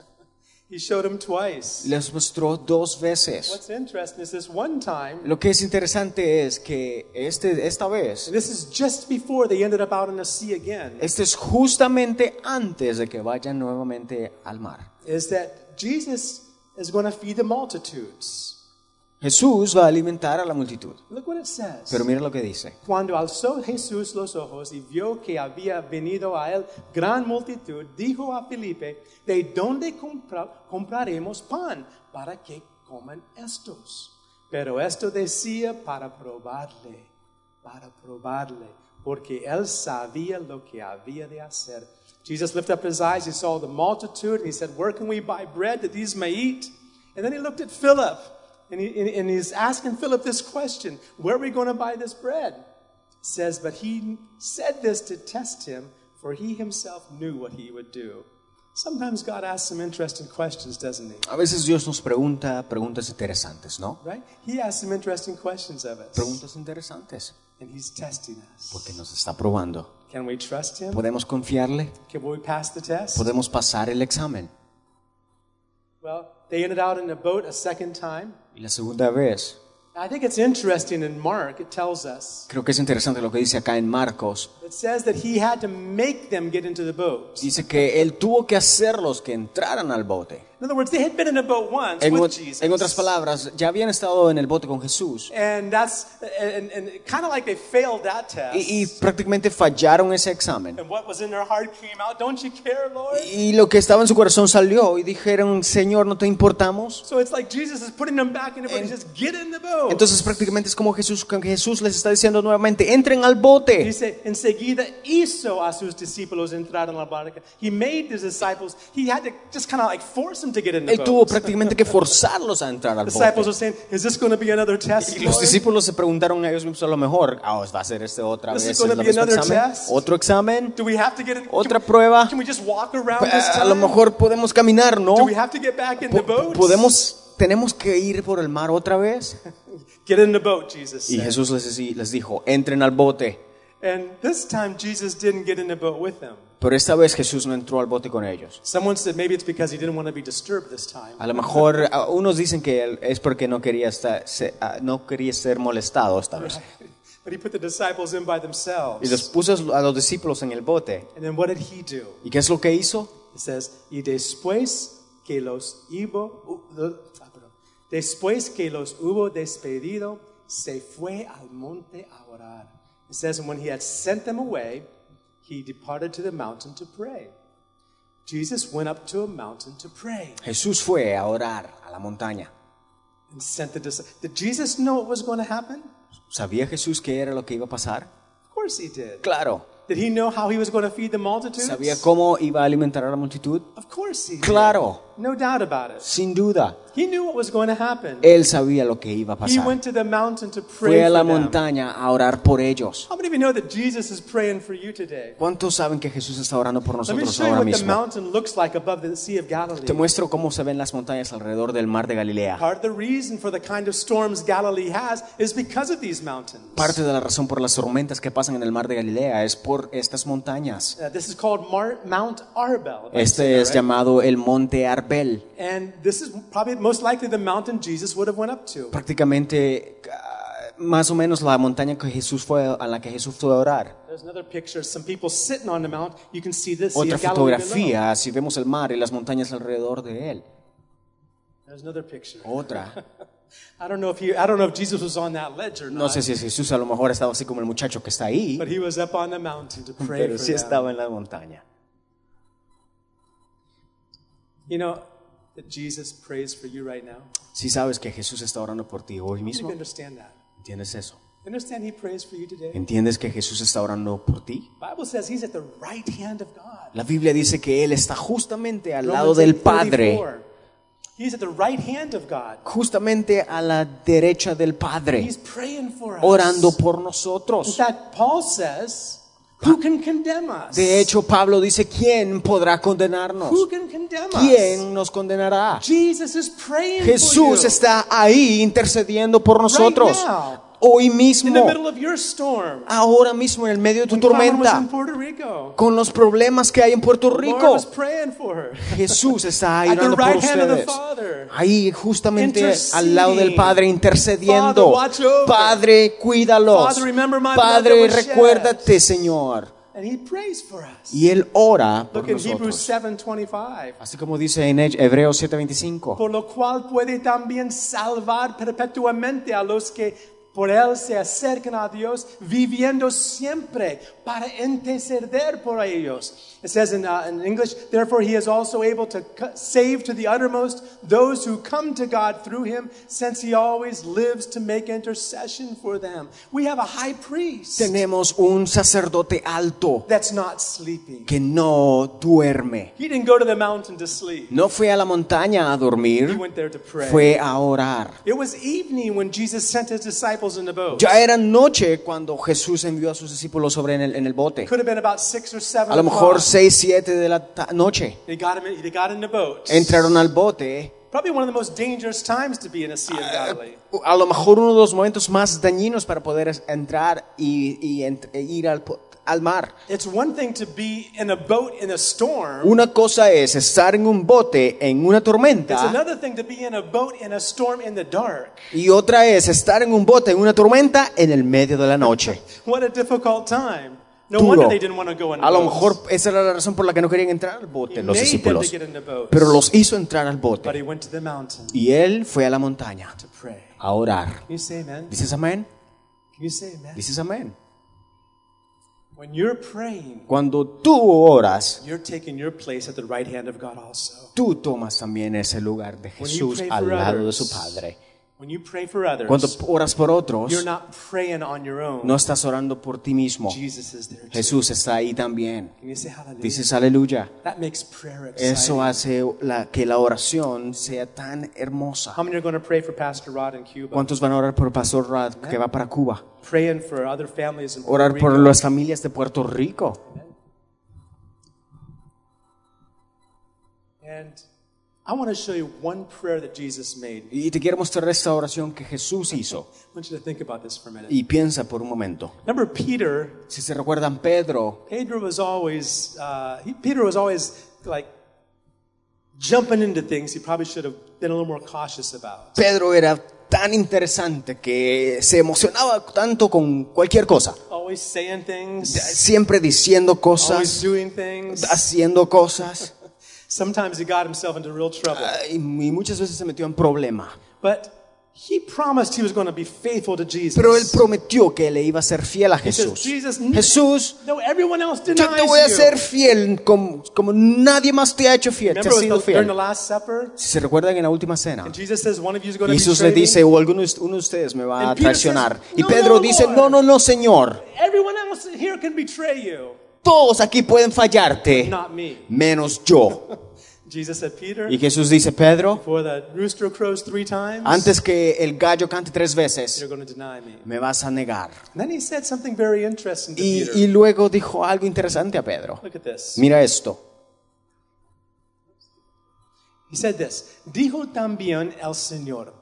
S1: He showed them twice.
S2: Les mostró dos veces.
S1: What's interesting is this one time,
S2: Lo que es interesante es que este, esta vez
S1: and this is just before they ended up out in the sea again,
S2: Esto es justamente antes de que vayan nuevamente al mar.
S1: is that Jesus is going to feed the multitudes.
S2: Jesús va a alimentar a la multitud.
S1: Look what it says.
S2: Pero mira lo que dice.
S1: Cuando alzó Jesús los ojos y vio que había venido a él gran multitud, dijo a Felipe, ¿de dónde compra- compraremos pan para que coman estos? Pero esto decía para probarle, para probarle, porque él sabía lo que había de hacer. Jesus lifted up his eyes, he saw the multitude, and he said, Where can we buy bread that these may eat? And then he looked at Philip, and, he, and, and he's asking Philip this question Where are we going to buy this bread? It says, But he said this to test him, for he himself knew what he would do. Sometimes God asks some interesting questions, doesn't he?
S2: A veces Dios nos pregunta preguntas interesantes, ¿no?
S1: Right? He asks some interesting questions of us,
S2: Preguntas interesantes.
S1: and he's testing us.
S2: Porque nos está probando.
S1: Can we trust him?
S2: ¿Podemos confiarle?
S1: Can we pass the test?
S2: ¿Podemos pasar el examen?
S1: Well, they ended out in a boat a second time.
S2: Y la segunda vez,
S1: I think it's interesting in Mark, it tells us.
S2: creo que es interesante lo que dice acá en Marcos.
S1: It says that he had to make them get into the boat.
S2: Dice que Él tuvo que hacerlos que entraran al bote.
S1: In other words, they had been in a boat once
S2: En,
S1: with
S2: ot-
S1: Jesus.
S2: en otras palabras, ya habían estado en el bote con Jesús.
S1: and that's and, and kind of like they failed that test.
S2: Y, y prácticamente fallaron ese examen.
S1: and what was in their heart came out. Don't you care, Lord?
S2: Y lo que estaba en su corazón salió y dijeron, Señor, ¿no te importamos?
S1: So it's like Jesus is putting them back in the boat. He says, "Get in the boat."
S2: Entonces prácticamente es como Jesús, que Jesús les está diciendo nuevamente, entren al
S1: He
S2: bote.
S1: said, enseguida hizo a sus discípulos entrar en la barca. He made his disciples. He had to just kind of like force them to get in the
S2: Él
S1: boat.
S2: tuvo prácticamente que forzarlos a entrar al
S1: disciples
S2: bote.
S1: were saying, "Is this going to be another test?"
S2: Y los
S1: Lord?
S2: discípulos se preguntaron a ellos mismos a lo mejor, ah, ¿os va a hacer este otra
S1: This
S2: vez,
S1: is
S2: ¿Es
S1: gonna
S2: la
S1: be
S2: misma
S1: another
S2: examen?
S1: test?
S2: otro examen,
S1: Do we have to get in?
S2: otra
S1: can,
S2: prueba,
S1: we, can we just walk around
S2: Pues,
S1: this
S2: a
S1: time?
S2: lo mejor podemos caminar, ¿no?
S1: Do we have to get back in the
S2: Po-
S1: boat?
S2: Podemos, tenemos que ir por el mar otra vez.
S1: get in the boat, Jesus
S2: Y
S1: said.
S2: Jesús les, decí- les dijo, entren al bote.
S1: And this time, Jesus didn't get in the boat with them.
S2: Pero esta vez Jesús no entró al bote con ellos.
S1: Someone said maybe it's because he didn't want to be disturbed this time.
S2: A lo mejor a- unos dicen que él es porque no quería, estar, se- ah, no quería ser molestado esta vez.
S1: But he put the disciples in by
S2: Y
S1: themselves.
S2: los puso a los discípulos en el bote.
S1: And then what did he do?
S2: ¿Y qué es lo que hizo?
S1: It says, y después que los hubo, uh, uh, ah, perdón. después que los hubo despedido, se fue al monte a orar. It says, and when he had sent them away, he departed to the mountain to pray. Jesus went up to a mountain to pray
S2: Jesús fue a orar a la montaña.
S1: and sent the disciples. Did Jesus know what was going to happen?
S2: ¿Sabía Jesús qué era lo que iba a pasar?
S1: Of course he did.
S2: Claro.
S1: Did he know how he was going to feed the multitudes?
S2: ¿Sabía cómo iba a alimentar a la multitud?
S1: Of course he did.
S2: Claro,
S1: No doubt about it.
S2: sin duda.
S1: He knew what was going to happen.
S2: Él sabía lo que iba a
S1: He
S2: Eh, pasar.
S1: went to the mountain to pray
S2: Fue a
S1: for
S2: la
S1: them.
S2: montaña a orar por ellos.
S1: How many of you know that Jesus is praying for you today?
S2: ¿Cuántos saben que Jesús está orando por
S1: Let me
S2: nosotros
S1: show you
S2: ahora
S1: what the
S2: mismo?
S1: mountain looks like above the Sea of
S2: Te
S1: Galilee.
S2: muestro cómo se ven las montañas alrededor del mar de Galilea.
S1: Part of the reason for the kind of storms Galilee has is because of these mountains.
S2: Parte de la razón por las tormentas que pasan en el mar de Galilea es por estas montañas.
S1: Uh, this is called Mar- Mount Arbel. if I said
S2: Este
S1: that
S2: es
S1: right.
S2: llamado el monte Arbel.
S1: And this is probably most likely the mountain Jesus would have went up to.
S2: Prácticamente, ah, más o menos la montaña que Jesús fue, a la que Jesús fue a orar.
S1: There's another picture of some people sitting on the mount. You can see this.
S2: Otra
S1: of Galilee below.
S2: fotografía, si vemos el mar y las montañas alrededor de él.
S1: There's another picture.
S2: Otra.
S1: I don't know if he, I don't know if Jesus was on that ledge or not.
S2: No sé si Jesús a lo mejor estaba así como el muchacho que está ahí,
S1: But he was up on the mountain to pray
S2: pero
S1: for
S2: sí
S1: them.
S2: estaba en la montaña.
S1: You know that Jesus prays for you right now.
S2: Si sabes que Jesús está orando por ti hoy
S1: You can
S2: mismo,
S1: understand that.
S2: ¿entiendes eso?
S1: Understand he prays for you today.
S2: ¿Entiendes que Jesús está orando por ti?
S1: Bible says he's at the right hand of God.
S2: La Biblia dice que Él está justamente al lado
S1: Romans
S2: del
S1: 8:34.
S2: Padre,
S1: He's at the right hand of God.
S2: justamente a la derecha del Padre,
S1: He's praying for us.
S2: orando por
S1: In
S2: nosotros.
S1: fact, Paul says, who can condemn us?
S2: De hecho, Pablo dice, ¿quién podrá condenarnos?
S1: who can condemn us?
S2: ¿Quién nos condenará?
S1: Jesus is praying for
S2: Jesús
S1: you.
S2: está ahí intercediendo por nosotros,
S1: now.
S2: hoy
S1: in the
S2: mismo.
S1: middle of your storm.
S2: ahora mismo en el medio de tu
S1: When Carmen was in
S2: tormenta,
S1: Puerto Rico.
S2: con los problemas que hay en Puerto
S1: Laura
S2: Rico,
S1: was praying for her.
S2: Jesús está ahí
S1: At the
S2: orando por
S1: right hand of the
S2: ustedes.
S1: Father.
S2: Ahí justamente al
S1: Interceding.
S2: lado del Padre intercediendo.
S1: Father, watch over.
S2: Padre, cuídalos.
S1: Father, remember my blood
S2: Padre,
S1: that was shed.
S2: recuérdate, Señor.
S1: And he prays for us.
S2: Y él ora por
S1: Look in Hebrews
S2: nosotros.
S1: 7:25.
S2: Así como dice en He- Hebreos 7:25.
S1: Por lo cual puede también salvar perpetuamente a los que por él se acercan a Dios, viviendo siempre para interceder por ellos. It says in, uh, in English, therefore he is also able to cu- save to the uttermost those who come to God through him, since he always lives to make intercession for them. We have a high priest
S2: Tenemos un sacerdote alto
S1: that's not sleeping.
S2: que no duerme.
S1: He didn't go to the mountain to sleep.
S2: No fue a la montaña a
S1: He
S2: dormir,
S1: went there to pray.
S2: fue a orar.
S1: It was evening when Jesus sent his disciples in the boat.
S2: Ya era noche cuando Jesús envió a sus discípulos sobre en el, en el bote.
S1: Could have been about six or seven.
S2: A lo mejor
S1: o'clock.
S2: 6, 7 de la ta- noche.
S1: they got him. in- They got in the boat.
S2: Entraron al bote.
S1: Probably one of the most dangerous times to be in a sea of
S2: Uh,
S1: Galilee.
S2: A lo mejor uno de los momentos más dañinos para poder es- entrar y, y ent- e ir al, po- al mar.
S1: It's one thing to be in a boat in a storm.
S2: Una cosa es estar en un bote en una
S1: It's
S2: tormenta
S1: another thing to be in a boat in a storm in the dark.
S2: y otra es estar en un bote en una tormenta en el medio de la noche.
S1: What a difficult time. No
S2: Duro.
S1: wonder they didn't want to go in.
S2: A lo
S1: boats.
S2: mejor esa era la razón por la que no querían entrar al bote
S1: he
S2: los
S1: made them to
S2: discípulos.
S1: get in the boat.
S2: Pero los hizo entrar al
S1: But
S2: bote
S1: he went to the mountain
S2: y él fue a la montaña.
S1: to pray.
S2: a orar.
S1: Can you say amen?
S2: ¿Dices amén?
S1: Can you say amen?
S2: ¿Dices amén?
S1: When you're praying,
S2: Cuando tú oras,
S1: you're taking your place at the right hand of God also.
S2: tú tomas también ese lugar de
S1: When you
S2: Jesús
S1: pray
S2: al
S1: for
S2: lado de su
S1: others,
S2: Padre.
S1: When you pray for others,
S2: Cuando oras por otros,
S1: you're not praying on your own.
S2: no estás orando por ti mismo.
S1: Jesus is there too.
S2: Jesús está ahí también.
S1: Can you say hallelujah?
S2: Dices aleluya.
S1: that makes prayer exciting.
S2: Eso hace la- que la oración sea tan hermosa.
S1: How many are going to pray for Pastor Rod in Cuba?
S2: ¿Cuántos van a orar por Pastor Rad que va para Cuba?
S1: Praying for other families in Puerto
S2: Orar por
S1: Rico.
S2: las familias de Puerto Rico.
S1: And I want to show you one prayer that Jesus made.
S2: Y te quiero mostrar esta oración que Jesús hizo.
S1: I want you to think about this for a minute.
S2: Y piensa por un momento.
S1: Remember Peter?
S2: Si se recuerdan, Pedro
S1: Pedro was always uh, he, Peter was always like jumping into things he probably should have been a little more cautious about.
S2: Pedro era tan interesante que se emocionaba tanto con cualquier cosa.
S1: Always saying things,
S2: Siempre diciendo
S1: always
S2: cosas,
S1: doing things.
S2: haciendo cosas.
S1: Sometimes he got himself into real trouble.
S2: Y y muchas veces se metió en problema.
S1: But He promised he was going to be faithful to Jesus.
S2: Pero él prometió que le iba a ser fiel a Jesús.
S1: Jesus-
S2: Jesús,
S1: no, everyone else
S2: yo
S1: denies
S2: te voy a
S1: you.
S2: ser fiel como, como nadie más te ha hecho fiel, te
S1: Remember,
S2: ha
S1: it was
S2: sido
S1: the- during the
S2: fiel.
S1: Last Supper,
S2: Si se recuerdan en la última cena,
S1: and Jesus says one of you is going to
S2: Jesús
S1: betray
S2: le
S1: me.
S2: dice, o alguno de uno de ustedes me va a
S1: And Peter
S2: traicionar.
S1: says,
S2: Y
S1: "No,
S2: Pedro
S1: no,
S2: dice,
S1: Lord."
S2: no, no, no, Señor,
S1: Everyone else here can betray you,
S2: todos aquí pueden fallarte,
S1: not me.
S2: menos yo.
S1: Jesus said, Peter,
S2: Y Jesús dice, Pedro,
S1: before the rooster crows three times,
S2: antes que el gallo cante tres
S1: you're
S2: veces,
S1: going to deny me.
S2: me vas a negar.
S1: And then he said something very interesting to
S2: Y,
S1: Peter.
S2: y luego dijo algo interesante a Pedro.
S1: Look at this.
S2: Mira esto.
S1: He said this. Dijo también el Señor,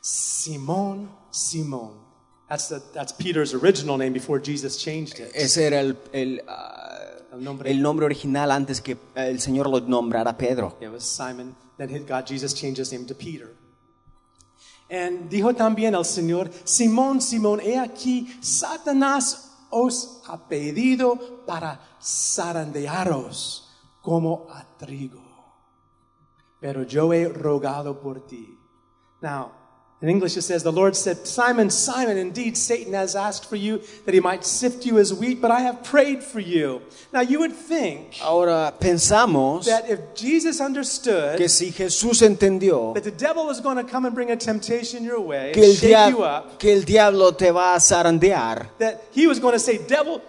S1: Simón, Simón. That's, the, that's Peter's original name before Jesus changed it.
S2: Ese era el, el, ah,
S1: El nombre.
S2: el nombre original antes que el Señor lo nombrara Pedro.
S1: It was Simon. Then his God, Jesus changed his name to Peter. And dijo también el Señor, Simón, Simón, he aquí, Satanás os ha pedido para zarandearos como a trigo. Pero yo he rogado por ti. Now, in English it says, The Lord said, Simon, Simon, indeed Satan has asked for you that he might sift you as wheat, but I have prayed for you. Now you would think
S2: Ahora pensamos
S1: that if Jesus understood
S2: que si Jesús entendió
S1: that the devil was going to come and bring a temptation your way,
S2: que el,
S1: shake
S2: dia-
S1: you up,
S2: que el diablo te va a zarandear,
S1: that he was going to say, "Devil,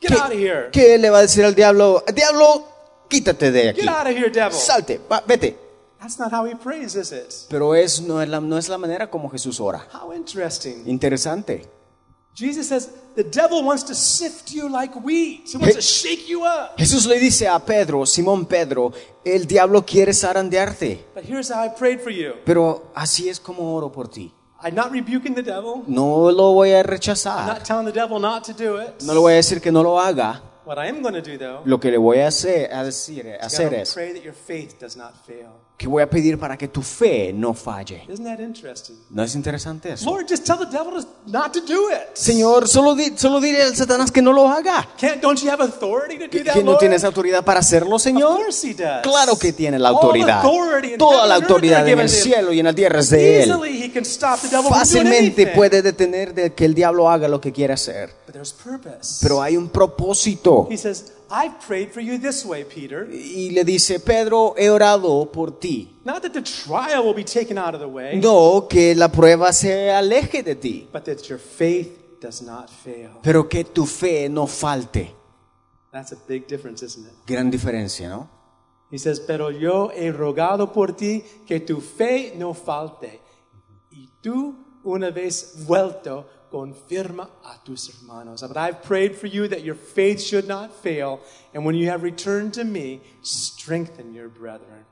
S1: get out of
S2: que,
S1: here!
S2: que le va a decir al diablo, diablo, quítate de aquí,
S1: Get out of here, devil!"
S2: salte, va, vete.
S1: That's not how he prays, is it?
S2: Pero es, no, es la, no es la manera como Jesús ora.
S1: How interesting.
S2: Interesante.
S1: Jesus says the devil wants to sift you like wheat. He wants
S2: Je-
S1: to shake you up.
S2: Jesús le dice a Pedro, Simón Pedro, el diablo quiere zarandearte,
S1: But here's how I prayed for you.
S2: pero así es como oro por ti.
S1: I'm not rebuking the devil.
S2: No lo voy a
S1: I'm
S2: rechazar.
S1: not telling the devil not to do it.
S2: No le voy a decir que no lo haga.
S1: What I am going to do, though,
S2: Lo que le voy a hacer, a decir, a
S1: is
S2: hacer es
S1: pray that your faith does not fail.
S2: que voy a pedir para que tu fe no falle.
S1: Isn't that interesting?
S2: ¿No es interesante eso?
S1: Lord, just tell the devil to- not to do it.
S2: Señor, solo, di- solo dile al Satanás que no lo haga.
S1: Can't, don't you have authority to do
S2: ¿Que,
S1: that,
S2: que no
S1: Lord?
S2: tienes autoridad para hacerlo,
S1: Of
S2: Señor?
S1: course he does.
S2: Claro que tiene la
S1: All
S2: autoridad.
S1: authority in
S2: Toda
S1: heaven
S2: la
S1: and earth
S2: autoridad
S1: are
S2: en el
S1: given to him.
S2: cielo y en la tierra es de Él.
S1: Easily he can stop the devil from doing
S2: Fácilmente
S1: anything.
S2: puede detener de que el diablo haga lo que quiera hacer.
S1: But there's purpose.
S2: Pero hay un propósito.
S1: He says, I've prayed for you this way, Peter.
S2: Y le dice, Pedro, he orado por ti.
S1: Not that the trial will be taken out of the way,
S2: No, que la prueba se aleje de ti,
S1: but that your faith does not fail.
S2: pero que tu fe no falte.
S1: That's a big difference, isn't it?
S2: Gran diferencia, ¿no?
S1: He says, pero yo he rogado por ti que tu fe no falte. Y tú, una vez vuelto, confirma a tus hermanos. But I've prayed for you that your faith should not fail. And when you have returned to me, strengthen your brethren.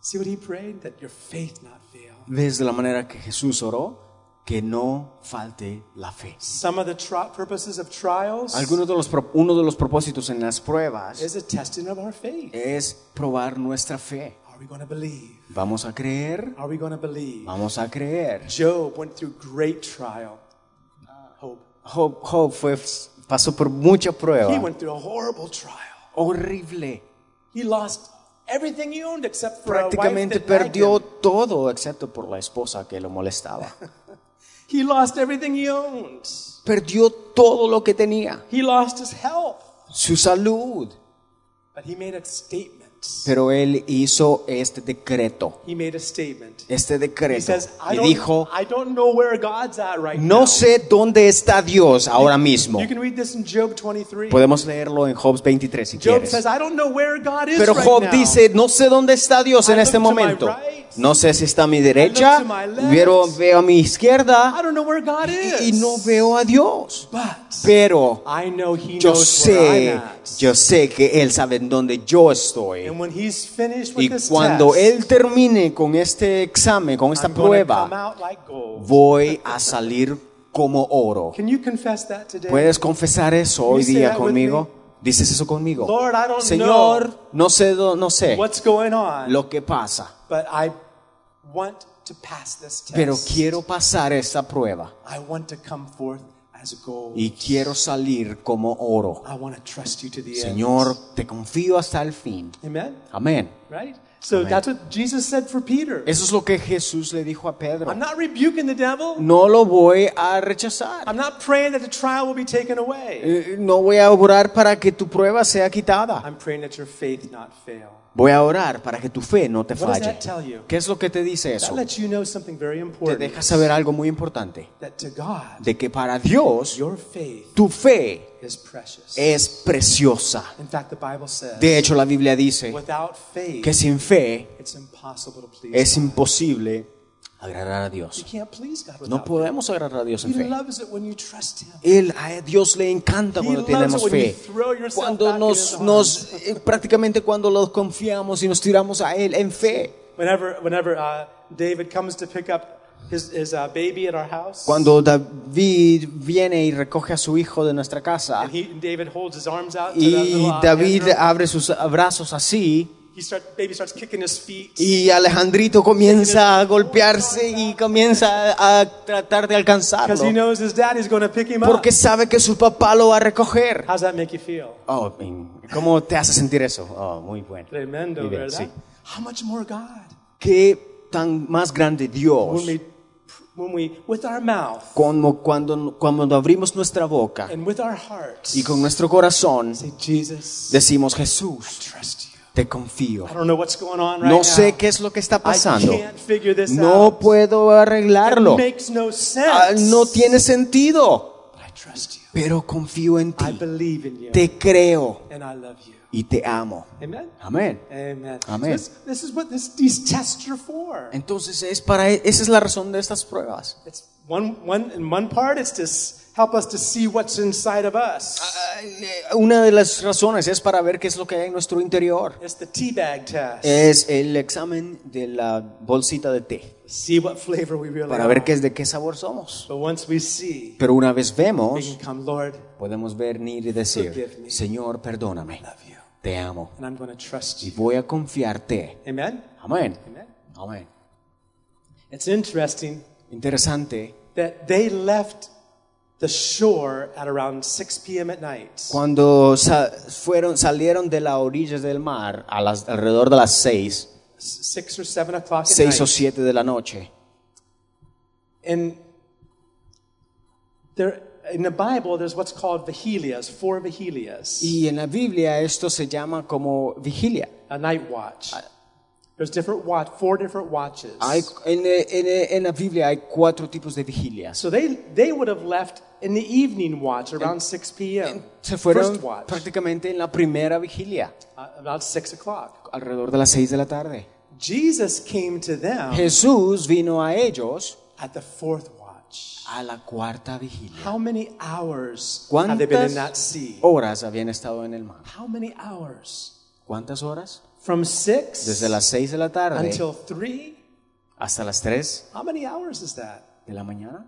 S1: See what he prayed? That your faith not fail.
S2: ¿Ves de la manera que Jesús oró? Que no falte la fe.
S1: Some of the tri- purposes of trials
S2: Algunos de los, pro- uno de los propósitos en las pruebas
S1: is a testing of our faith.
S2: es probar nuestra fe.
S1: Are we going to believe?
S2: ¿Vamos a creer?
S1: Are we going to believe?
S2: Vamos a creer.
S1: Job went through great trial. Hope.
S2: Job, Job fue, pasó por mucha
S1: He
S2: prueba.
S1: went through a horrible trial.
S2: Horrible.
S1: He lost everything he owned except for a wife
S2: Prácticamente
S1: that liked
S2: perdió
S1: him.
S2: todo excepto por la esposa que lo molestaba.
S1: He lost everything he owned.
S2: Perdió todo lo que tenía.
S1: He lost his health.
S2: su salud.
S1: But he made a statement.
S2: Pero él hizo este decreto,
S1: He made a statement.
S2: este
S1: He
S2: decreto,
S1: says, I
S2: y
S1: don't,
S2: dijo,
S1: I don't know where God's at right now.
S2: no sé dónde está Dios ahora mismo.
S1: You can read this in Job 23.
S2: Podemos leerlo en Job 23 si
S1: Job
S2: quieres.
S1: says, I don't know where God is
S2: Pero
S1: right
S2: Job
S1: now.
S2: dice, no sé dónde está Dios en
S1: I
S2: este
S1: look to my
S2: momento.
S1: right.
S2: No sé si está a mi derecha,
S1: I look to my left.
S2: pero veo a mi
S1: I
S2: izquierda
S1: don't know where God is.
S2: y, y no veo a Dios.
S1: But
S2: Pero
S1: I know he
S2: yo
S1: knows where I'm
S2: sé,
S1: at.
S2: yo sé que Él sabe en dónde yo estoy.
S1: and when he's finished with
S2: Y
S1: this
S2: cuando
S1: test,
S2: él termine con este examen, con esta
S1: I'm gonna come
S2: prueba,
S1: out like gold.
S2: voy a salir como oro.
S1: Can you confess that today?
S2: ¿Puedes confesar eso hoy
S1: you say
S2: día
S1: that with
S2: conmigo? ¿Dices eso conmigo?
S1: Lord, I don't
S2: Señor,
S1: know
S2: no sé, do- no sé
S1: What's going on?
S2: lo que pasa,
S1: but I want to pass this test.
S2: pero quiero pasar esta prueba
S1: I want to come forth as gold.
S2: y quiero salir como oro.
S1: I want to trust you to the end.
S2: Señor, te confío hasta el fin.
S1: Amen.
S2: Amén.
S1: Right? So that's what Jesus said for Peter.
S2: Eso es lo que Jesús le dijo a Pedro.
S1: I'm not rebuking the devil.
S2: No lo voy a rechazar.
S1: I'm not praying that the trial will be taken away.
S2: Eh, No voy a orar para que tu prueba sea quitada.
S1: I'm praying that your faith not fail.
S2: Voy a orar para que tu fe no te
S1: What does
S2: falle.
S1: that tell you?
S2: ¿Qué es lo que te dice
S1: That
S2: eso?
S1: lets you know something very
S2: Te
S1: important.
S2: deja saber algo muy importante.
S1: That to God,
S2: De que para Dios
S1: your faith
S2: tu fe
S1: is precious.
S2: es preciosa.
S1: In fact, the Bible says,
S2: De hecho, la Biblia dice
S1: without faith,
S2: que sin fe
S1: it's impossible to please
S2: es
S1: God.
S2: imposible agradar a
S1: You
S2: Dios.
S1: can't please God
S2: No
S1: without faith.
S2: podemos agradar a Dios en
S1: He
S2: fe.
S1: loves it when you trust Him.
S2: Él, a Dios le encanta
S1: He
S2: cuando
S1: loves
S2: tenemos
S1: it when
S2: fe.
S1: you throw yourself back
S2: Cuando
S1: in his
S2: nos,
S1: arms.
S2: nos eh, prácticamente cuando los confiamos y nos tiramos a Él en fe.
S1: Whenever, whenever uh, David comes to pick up his, his uh, baby at our house,
S2: Cuando David viene y recoge a su hijo de nuestra casa
S1: and he, and David holds his arms out, to that
S2: y
S1: little, uh,
S2: David
S1: Andrew,
S2: abre sus brazos así
S1: he start, baby starts kicking his feet.
S2: y Alejandrito comienza a golpearse y comienza a a tratar de
S1: Because he
S2: alcanzarlo
S1: knows his daddy's going to pick him
S2: porque
S1: up.
S2: sabe que su papá lo va a recoger.
S1: How's that make you feel?
S2: Oh, ¿Cómo te hace sentir eso? Oh, muy bueno.
S1: Tremendo,
S2: Muy bien,
S1: ¿verdad?
S2: sí.
S1: How much more God?
S2: qué tan más grande Dios
S1: When we, when we, with our mouth
S2: como cuando, cuando abrimos nuestra boca
S1: and with our hearts,
S2: y con nuestro corazón
S1: say, Jesus,
S2: decimos Jesús,
S1: trust you.
S2: te confío.
S1: I don't know what's going on right
S2: No sé
S1: now.
S2: qué es lo que está
S1: I
S2: pasando.
S1: can't figure this
S2: No
S1: out.
S2: puedo arreglarlo.
S1: It makes no
S2: Ah,
S1: sense.
S2: No tiene sentido.
S1: But I trust you.
S2: Pero confío en
S1: I
S2: ti.
S1: believe in you.
S2: Te creo
S1: and I love you.
S2: y te amo.
S1: Amen.
S2: Amén.
S1: Amen.
S2: Amen.
S1: This, this is what this, these tests are for.
S2: Entonces es para e, esa es la razón de estas pruebas.
S1: It's one, one, in one part, it's to s- help us to see what's inside of us.
S2: Ah, eh, Una de las razones es para ver qué es lo que hay en nuestro interior.
S1: It's the tea bag test.
S2: Es el examen de la bolsita de té
S1: see what flavor we really
S2: para
S1: are.
S2: ver qué es de qué sabor somos.
S1: But once we see,
S2: Pero una vez
S1: we
S2: vemos,
S1: can come, Lord, I
S2: podemos venir y decir, Señor, perdóname,
S1: love you,
S2: te amo
S1: and I'm going to trust
S2: y
S1: you.
S2: voy a confiarte.
S1: Amen.
S2: Amén.
S1: Amen.
S2: Amén.
S1: It's interesting
S2: Interesante,
S1: that they left the shore at around 6 p.m. at night.
S2: cuando sa- fueron, salieron de las orillas del mar a las, alrededor de las 6,
S1: S- 6 or 7 o'clock at
S2: 6 o
S1: night.
S2: 7 de la noche.
S1: And there, in the Bible, there's what's called vigilias, four vigilias,
S2: Y en la Biblia esto se llama como vigilia.
S1: a night watch. There's different watch, four different watches.
S2: Hay, en, eh, en, eh, en la Biblia hay cuatro tipos de vigilias.
S1: so they they would have left in the evening watch around 6 p.m.
S2: Se fueron
S1: First watch,
S2: prácticamente en la primera vigilia,
S1: uh, about 6 o'clock.
S2: alrededor de las 6 de la tarde.
S1: Jesus came to them
S2: Jesús vino a ellos
S1: at the fourth watch.
S2: a la cuarta vigilia.
S1: How many hours have they been in that
S2: ¿Cuántas
S1: sea?
S2: horas habían estado en el mar?
S1: How many hours?
S2: ¿Cuántas horas?
S1: From 6
S2: Desde las 6 de la tarde
S1: until 3?
S2: hasta las 3
S1: How many hours is that?
S2: de la mañana.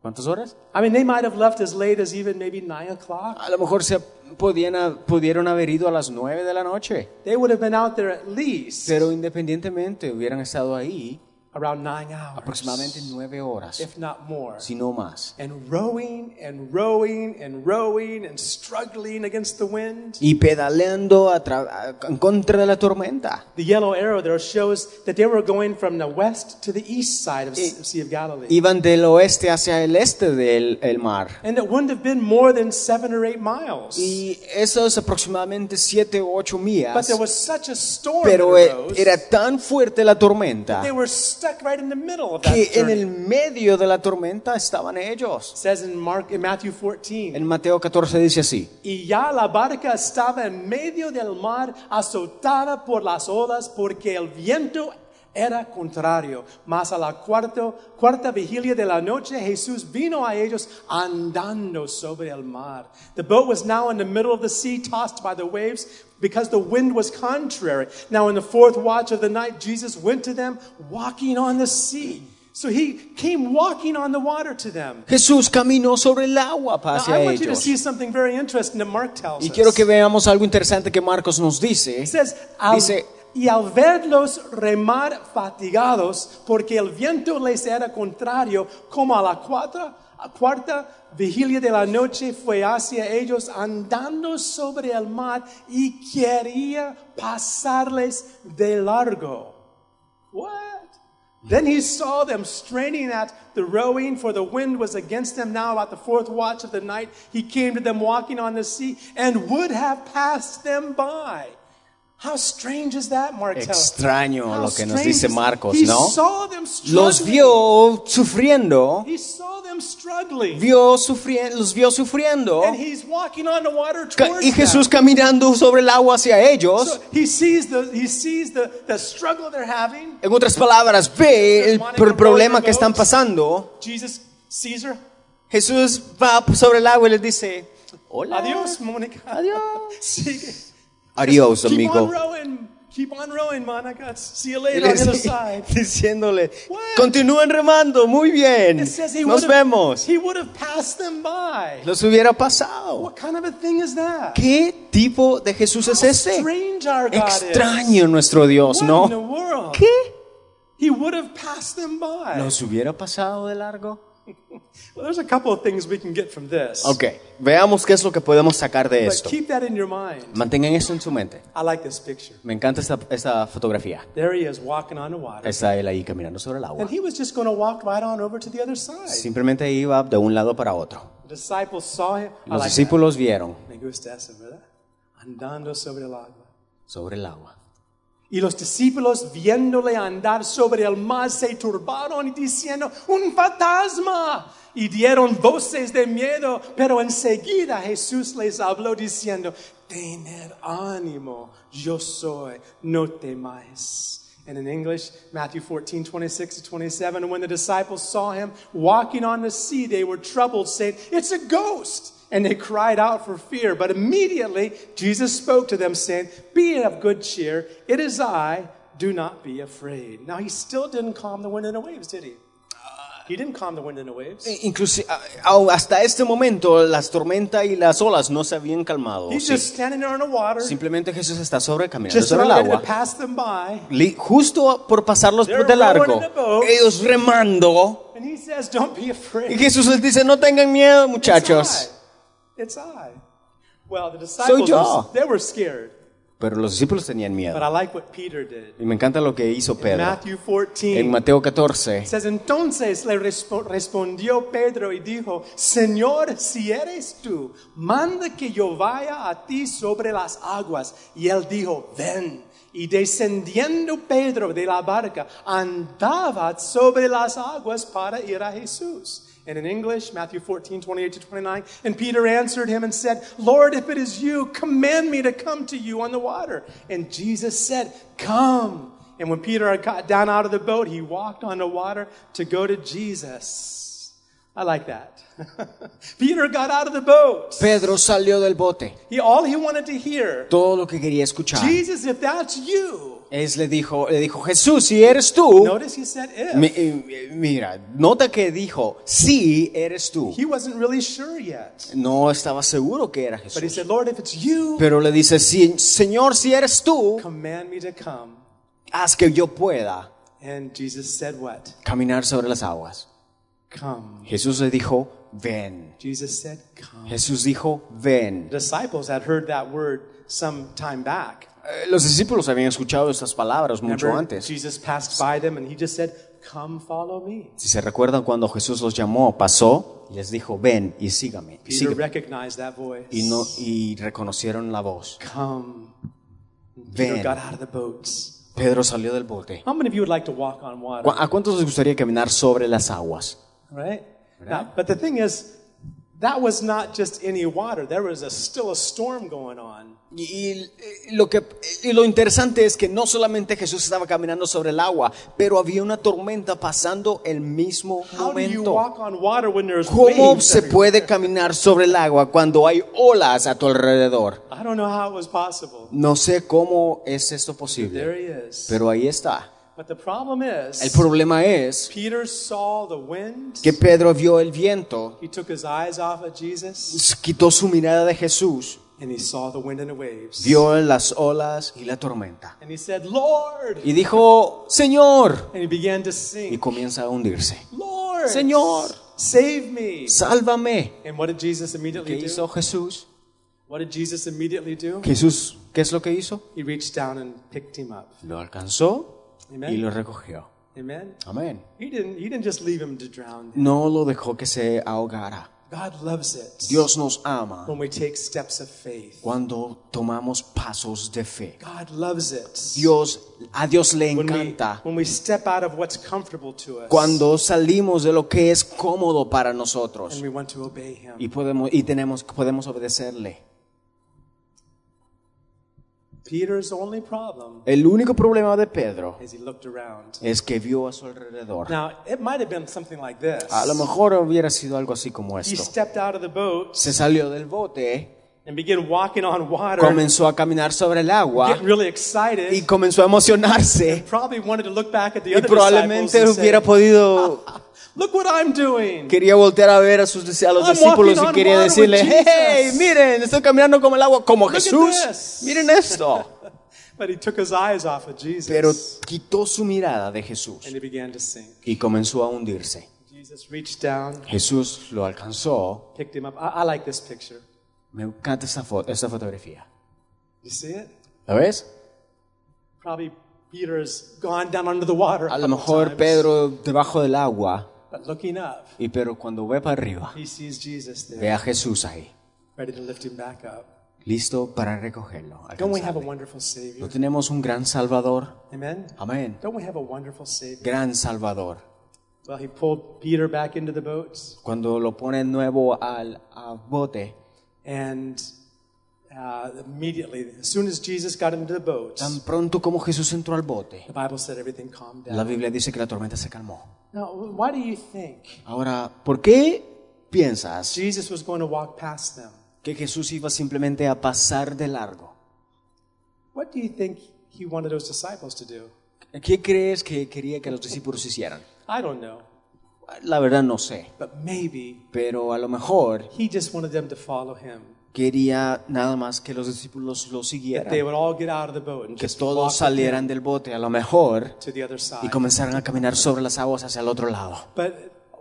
S2: ¿Cuántas horas?
S1: I mean, they might have left as late as even maybe nine o'clock.
S2: A lo mejor se podían, ha- pudieron haber ido a las 9 de la noche,
S1: They would have been out there at least
S2: pero independientemente hubieran estado ahí
S1: around nine hours,
S2: aproximadamente 9 horas,
S1: if not more.
S2: si no más.
S1: And rowing and rowing and rowing and struggling against the wind.
S2: y pedaleando a tra- a- en contra de la tormenta.
S1: The yellow arrow there shows that they were going from the west to the east side of
S2: E-
S1: the Sea of Galilee.
S2: Iban del oeste hacia el este del el mar.
S1: And it wouldn't have been more than seven or eight miles.
S2: Y eso es aproximadamente 7 u 8
S1: But
S2: millas.
S1: there was such a storm that
S2: Pero e-
S1: arose,
S2: era tan fuerte la tormenta
S1: they were stuck right in the middle of that
S2: que en
S1: journey.
S2: el
S1: It
S2: medio de la tormenta estaban ellos.
S1: says in, Mark, in Matthew 14,
S2: En Mateo 14 dice así.
S1: Y ya la barca estaba en medio del mar, azotada por las olas, porque el viento era contrario. Mas a la cuarto- cuarta vigilia de la noche, Jesús vino a ellos andando sobre el mar. The boat was now in the middle of the sea, tossed by the waves, because the wind was contrary. Now, in the fourth watch of the night, Jesus went to them walking on the sea. So he came walking on the water to them.
S2: Jesús caminó sobre el agua
S1: Now,
S2: hacia
S1: I want you to
S2: ellos.
S1: see something very interesting that Mark tells
S2: Y
S1: us.
S2: quiero que veamos algo interesante que Marcos nos dice.
S1: It says, al-
S2: Dice-
S1: y al verlos remar fatigados, porque el viento les era contrario, como a la cuarta, cuarta vigilia de la noche fue hacia ellos andando sobre el mar y quería pasarles de largo. What? Then he saw them straining at the rowing, for the wind was against them now about the fourth watch of the night. He came to them walking on the sea and would have passed them by. How strange is that, Mark tells us.
S2: Extraño
S1: How
S2: lo que nos
S1: strange
S2: dice
S1: is-
S2: Marcos,
S1: he
S2: ¿no?
S1: saw them
S2: Los
S1: struggling.
S2: vio sufriendo,
S1: He saw them struggling.
S2: vio sufri- los vio sufriendo,
S1: And he's walking on the water
S2: ca-
S1: towards
S2: y Jesús caminando sobre el agua hacia
S1: them.
S2: ellos.
S1: So he sees the he sees the, the struggle they're having.
S2: En otras palabras, ve el, pro- el problema que están pasando.
S1: Jesus sees her.
S2: Jesús va sobre el agua y les dice, hola,
S1: Adios, Monica.
S2: Adios.
S1: Sigue.
S2: Adiós,
S1: Keep on
S2: amigo.
S1: rowing. Keep on rowing, Monica. See you
S2: Y
S1: later on the other
S2: les-
S1: side.
S2: Diciéndole,
S1: What?
S2: continúen remando, muy bien,
S1: It says he
S2: nos
S1: would've-
S2: vemos.
S1: He would have passed them by.
S2: Los hubiera pasado.
S1: What kind of a thing is that?
S2: ¿Qué tipo de Jesús es
S1: How
S2: este?
S1: strange our God is.
S2: Extraño nuestro Dios,
S1: What in the
S2: ¿no?
S1: world?
S2: ¿Qué?
S1: He would have passed them by.
S2: ¿Los hubiera pasado de largo?
S1: Well, there's a couple of things we can get from this.
S2: Ok, veamos qué es lo que podemos sacar de
S1: But
S2: esto.
S1: keep that in your mind.
S2: Mantengan eso en su mente.
S1: I like this picture.
S2: Me encanta esta, esta fotografía.
S1: There he is walking on the water.
S2: Está él ahí caminando sobre el agua.
S1: And he was just going to walk right on over to the other side.
S2: Simplemente iba de un lado para otro.
S1: The disciples saw him. I like
S2: Los
S1: that.
S2: discípulos vieron
S1: Me gusta eso, ¿verdad? Andando sobre el agua.
S2: sobre el agua.
S1: Y los discípulos viéndole andar sobre el mar se turbaron y diciendo, un fantasma. Y dieron voces de miedo, pero enseguida Jesús les habló diciendo, tener ánimo, yo soy, no temáis. And in English, Matthew 14, 26 to 27, and when the disciples saw him walking on the sea, they were troubled, saying, It's a ghost! And they cried out for fear. But immediately Jesus spoke to them, saying, Be of good cheer, it is I, do not be afraid. Now he still didn't calm the wind and the waves, did he? He didn't calm the wind and the waves.
S2: Inclusive, hasta este momento las tormentas y las olas no se habían calmado.
S1: He's
S2: Sí.
S1: just standing there on the water,
S2: Simplemente Jesús está sobre caminando
S1: just
S2: sobre el
S1: trying to
S2: agua.
S1: pass them by.
S2: Li- Justo por pasarlos
S1: They're
S2: por de largo,
S1: rowing in the boat.
S2: ellos remando.
S1: And he says, Don't be
S2: Y
S1: afraid.
S2: Jesús les dice, no tengan miedo
S1: It's
S2: muchachos.
S1: I. It's I. Well, the disciples,
S2: yo.
S1: were- they were scared.
S2: Pero los discípulos tenían
S1: But I
S2: miedo.
S1: like what Peter did.
S2: Y me encanta lo que hizo Pedro.
S1: Matthew
S2: En
S1: 14.
S2: Mateo 14,
S1: Says, entonces le respo- respondió Pedro y dijo, Señor, si eres tú, manda que yo vaya a ti sobre las aguas. Y él dijo, ven. Y descendiendo Pedro de la barca, andaba sobre las aguas para ir a Jesús. And in English, Matthew 14, 28 to 29, and Peter answered him and said, Lord, if it is you, command me to come to you on the water. And Jesus said, Come. And when Peter had got down out of the boat, he walked on the water to go to Jesus. I like that. Peter got out of the boat.
S2: Pedro salió del bote.
S1: He, all he wanted to hear,
S2: Todo lo que quería escuchar.
S1: Jesus, if that's you.
S2: Es le dijo, le dijo, Jesús, si eres tú,
S1: Notice he said if.
S2: mi- eh, mira, nota que dijo, si eres tú.
S1: He wasn't really sure yet.
S2: No estaba seguro que era
S1: But he
S2: Jesús.
S1: said, Lord, if it's you,
S2: Pero le dice, "Sí, Señor, si eres tú,
S1: command me to come.
S2: haz que yo pueda
S1: And Jesus said what?
S2: caminar sobre las aguas.
S1: Come.
S2: Jesús le dijo, ven.
S1: Jesus said, come.
S2: Jesús dijo, ven.
S1: The disciples had heard that word some time back.
S2: Eh, Los discípulos habían escuchado estas palabras mucho
S1: Remember,
S2: antes.
S1: Jesus passed by them and he just said, come follow me.
S2: Si se recuerdan cuando Jesús los llamó, pasó y les dijo, ven y sígame. Y,
S1: Peter
S2: sígame.
S1: recognized that voice.
S2: Y, no, y reconocieron la voz.
S1: Come. Peter
S2: Ven.
S1: got out of the boats.
S2: Pedro salió del bote.
S1: How many of you would like to walk on water?
S2: ¿Cu- ¿A cuántos les gustaría caminar sobre las aguas?
S1: Right? Now, but the thing is, that was not just any water. There was a, still a storm going on.
S2: Y, y- y lo que, y lo interesante es que no solamente Jesús estaba caminando sobre el agua, pero había una tormenta pasando el mismo
S1: How do you
S2: momento.
S1: walk on water when there's
S2: ¿Cómo
S1: waves?
S2: se
S1: everywhere?
S2: puede caminar sobre el agua cuando hay olas a tu alrededor?
S1: I don't know how it was possible.
S2: No sé cómo es esto
S1: There
S2: posible,
S1: he is.
S2: pero ahí está.
S1: But the problem is,
S2: El problema es
S1: Peter saw the wind.
S2: que Pedro vio el viento,
S1: He took his eyes off of Jesus
S2: quitó su mirada de Jesús,
S1: and he saw the wind and the waves.
S2: vio las olas y la tormenta.
S1: And he said, Lord.
S2: Y dijo, Señor,
S1: And he began to
S2: y
S1: sing,
S2: comienza a hundirse.
S1: Lord.
S2: Señor.
S1: Save me.
S2: sálvame.
S1: And what did Jesus
S2: ¿Qué
S1: immediately do?
S2: hizo Jesús?
S1: What did Jesus immediately do?
S2: Jesús, ¿qué es lo que hizo?
S1: He reached down and picked him up.
S2: Lo alcanzó
S1: Amen.
S2: y lo recogió.
S1: Amen.
S2: Amén.
S1: He didn't, he didn't just leave him to drown.
S2: No lo dejó que se ahogara.
S1: God loves it
S2: Dios nos ama
S1: when we take steps of faith.
S2: cuando tomamos pasos de fe.
S1: God loves it
S2: Dios, a Dios le
S1: when we,
S2: encanta
S1: when we step out of what's comfortable to us
S2: cuando salimos de lo que es cómodo para nosotros
S1: and we want to obey Him.
S2: y podemos y tenemos podemos obedecerle.
S1: Peter's only problem
S2: El único problema de Pedro
S1: is he looked around.
S2: es que vio a su alrededor.
S1: Now, it might have been something like this.
S2: A lo mejor hubiera sido algo así como
S1: He
S2: esto.
S1: stepped out of the boat
S2: Se salió del bote,
S1: and began walking on water,
S2: comenzó a caminar sobre el agua
S1: getting really
S2: y
S1: excited.
S2: comenzó a emocionarse
S1: Probably wanted to look back at the
S2: y
S1: other disciples
S2: probablemente
S1: and
S2: hubiera
S1: say,
S2: podido
S1: Look what I'm doing.
S2: quería voltear a ver a sus dis- a los
S1: I'm
S2: discípulos
S1: walking
S2: y
S1: on
S2: quería
S1: water with
S2: decirle, hey,
S1: Jesus."
S2: miren, estoy caminando como el agua, como
S1: at
S2: Jesús.
S1: this."
S2: Miren esto.
S1: But he took his eyes off of Jesus
S2: Pero quitó su mirada de Jesús
S1: and he began to sink.
S2: y comenzó a hundirse.
S1: Jesus reached down,
S2: Jesús lo alcanzó.
S1: picked him up. I, I like this picture.
S2: Me encanta esta, foto, esta fotografía.
S1: You see it?
S2: ¿La ves?
S1: Probably Peter's gone down under the water.
S2: A
S1: couple
S2: lo mejor
S1: times,
S2: Pedro debajo del agua,
S1: But looking up,
S2: y pero cuando ve para arriba,
S1: he sees Jesus there,
S2: ve a Jesús ahí,
S1: ready to lift him back up.
S2: listo para recogerlo.
S1: Don't we
S2: alcanzarlo.
S1: have a wonderful Savior?
S2: No tenemos un gran Salvador.
S1: Amen?
S2: Amén.
S1: Don't we have a wonderful Savior?
S2: Gran Salvador.
S1: Well, he pulled Peter back into the boat
S2: Cuando lo pone nuevo al a bote,
S1: and uh, immediately, as soon as Jesus got into the boat,
S2: tan pronto como Jesús entró al bote,
S1: the Bible said everything calmed down.
S2: la Biblia dice que la tormenta se calmó.
S1: Now, why do you think
S2: Ahora, ¿por qué piensas
S1: Jesus was going to walk past them?
S2: que Jesús iba simplemente a pasar de largo?
S1: What do you think he wanted those disciples to do?
S2: ¿Qué crees que quería que los discípulos hicieran?
S1: I don't know.
S2: La verdad no sé,
S1: But maybe
S2: pero a lo mejor
S1: he just wanted them to follow him.
S2: quería nada más que los discípulos lo
S1: That they
S2: siguieran,
S1: would all get out of the boat and
S2: que
S1: just
S2: todos
S1: walk with him
S2: salieran del bote, a lo mejor,
S1: to the other
S2: y
S1: side.
S2: comenzaran a caminar sobre las aguas hacia el otro lado.
S1: But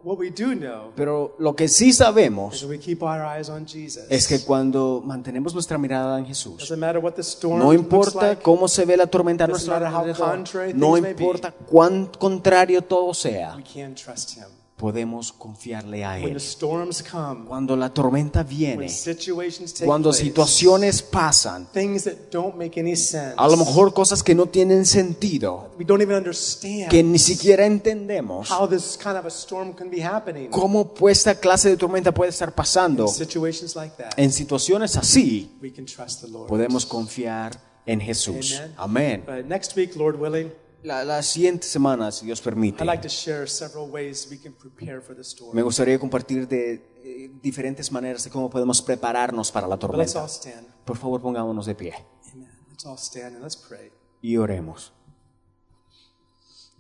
S1: what we do know
S2: Pero lo que sí sabemos
S1: is we keep our eyes on Jesus.
S2: es que cuando mantenemos nuestra mirada en Jesús,
S1: doesn't matter what the storm
S2: no
S1: looks
S2: importa
S1: like,
S2: cómo se ve la tormenta a
S1: Doesn't
S2: nuestro
S1: matter how contrary
S2: alrededor,
S1: things
S2: no
S1: may be.
S2: importa cuán contrario todo sea,
S1: we can trust him.
S2: podemos confiarle a
S1: When the
S2: Él.
S1: storms come,
S2: Cuando la tormenta
S1: when
S2: viene,
S1: situations take
S2: cuando
S1: place,
S2: situaciones pasan,
S1: things that don't make any sense,
S2: a lo mejor cosas que no tienen sentido,
S1: we don't even understand
S2: que ni siquiera entendemos,
S1: how this kind of a storm can be happening.
S2: cómo pues esta clase de tormenta puede estar pasando,
S1: situations like that,
S2: en situaciones así
S1: we can trust the Lord.
S2: podemos confiar en Jesús.
S1: Amen.
S2: Amén.
S1: But next week, Lord willing,
S2: La, la siguiente semana, si Dios permite,
S1: I'd like to share several ways we can prepare for the
S2: me
S1: storm.
S2: gustaría compartir de eh, diferentes maneras de cómo podemos prepararnos para la
S1: But let's
S2: tormenta.
S1: all stand.
S2: Por favor, pongámonos de pie
S1: Amen. Let's all stand and let's pray.
S2: y oremos.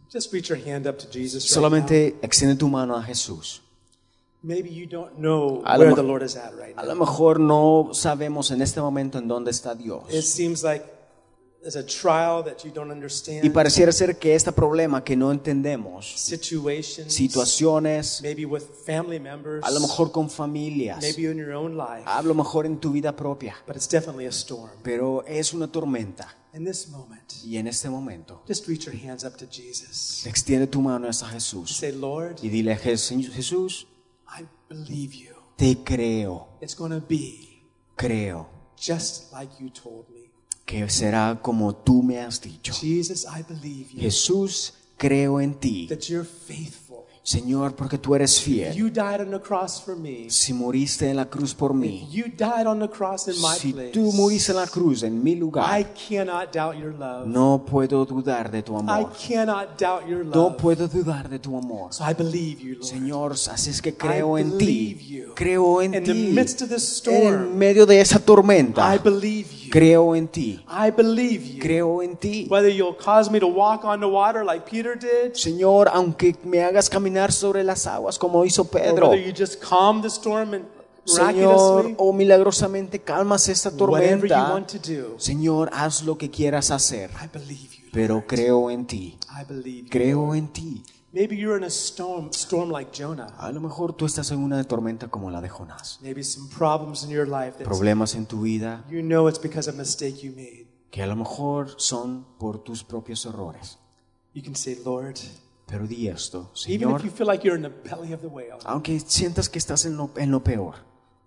S1: Just reach your hand up to Jesus. Right now.
S2: Solamente extiende tu mano a Jesús.
S1: Maybe you don't know
S2: A lo
S1: where
S2: mejor-
S1: the Lord is at right
S2: A
S1: now.
S2: lo mejor no sabemos en este momento en dónde está
S1: It
S2: Dios.
S1: seems like there's a trial that you don't
S2: Y
S1: understand.
S2: pareciera ser que este problema que no entendemos,
S1: Situations.
S2: situaciones,
S1: Maybe with family members.
S2: a lo mejor con familias,
S1: Maybe in your own life.
S2: a lo mejor en tu vida propia,
S1: But it's definitely a storm.
S2: pero es una tormenta.
S1: In this moment,
S2: Y en este momento,
S1: just reach your hands up to Jesus.
S2: extiende tu mano a Jesús
S1: Say, Lord,
S2: y dile a Jes- Jesús,
S1: I believe you.
S2: te creo.
S1: It's going to be
S2: creo
S1: just like you told me.
S2: que será como tú me has dicho.
S1: Jesus, I believe you.
S2: Jesús, creo en ti.
S1: That you're faithful.
S2: Señor, porque tú eres fiel.
S1: You died on the cross for me.
S2: Si moriste en la cruz por mí,
S1: You died on the cross in my
S2: si
S1: place.
S2: tú moriste en la cruz en mi
S1: I
S2: lugar,
S1: cannot doubt your love.
S2: no puedo dudar de tu
S1: I
S2: amor.
S1: cannot doubt your love.
S2: No puedo dudar de tu amor.
S1: So I believe you, Lord.
S2: Señor, así es que creo
S1: I
S2: en
S1: believe
S2: ti.
S1: you.
S2: Creo en
S1: In the
S2: ti.
S1: midst of this
S2: En
S1: storm,
S2: medio de esa
S1: I
S2: tormenta,
S1: believe you.
S2: creo en ti.
S1: I believe you.
S2: Creo en ti.
S1: Whether you'll cause me to walk on the water like Peter did,
S2: Señor, aunque me hagas caminar sobre las aguas como hizo
S1: or
S2: Pedro,
S1: whether you just calm the storm and
S2: Señor,
S1: miraculously,
S2: o milagrosamente calmas esta
S1: whatever you
S2: tormenta.
S1: want to do,
S2: Señor, haz lo que quieras hacer,
S1: I believe you. Lord.
S2: pero creo en ti.
S1: I believe. you.
S2: Creo en ti.
S1: Maybe you're in a storm, storm like Jonah.
S2: A lo mejor tú estás en una tormenta como la de Jonás.
S1: Maybe some problems in your life that
S2: Problemas en tu vida
S1: you know it's because of a mistake you made.
S2: que a lo mejor son por tus propios errores.
S1: You can say, Lord,
S2: Pero di esto,
S1: even if
S2: Señor,
S1: you feel like you're in the belly of the whale,
S2: aunque sientas que estás en lo, en lo peor,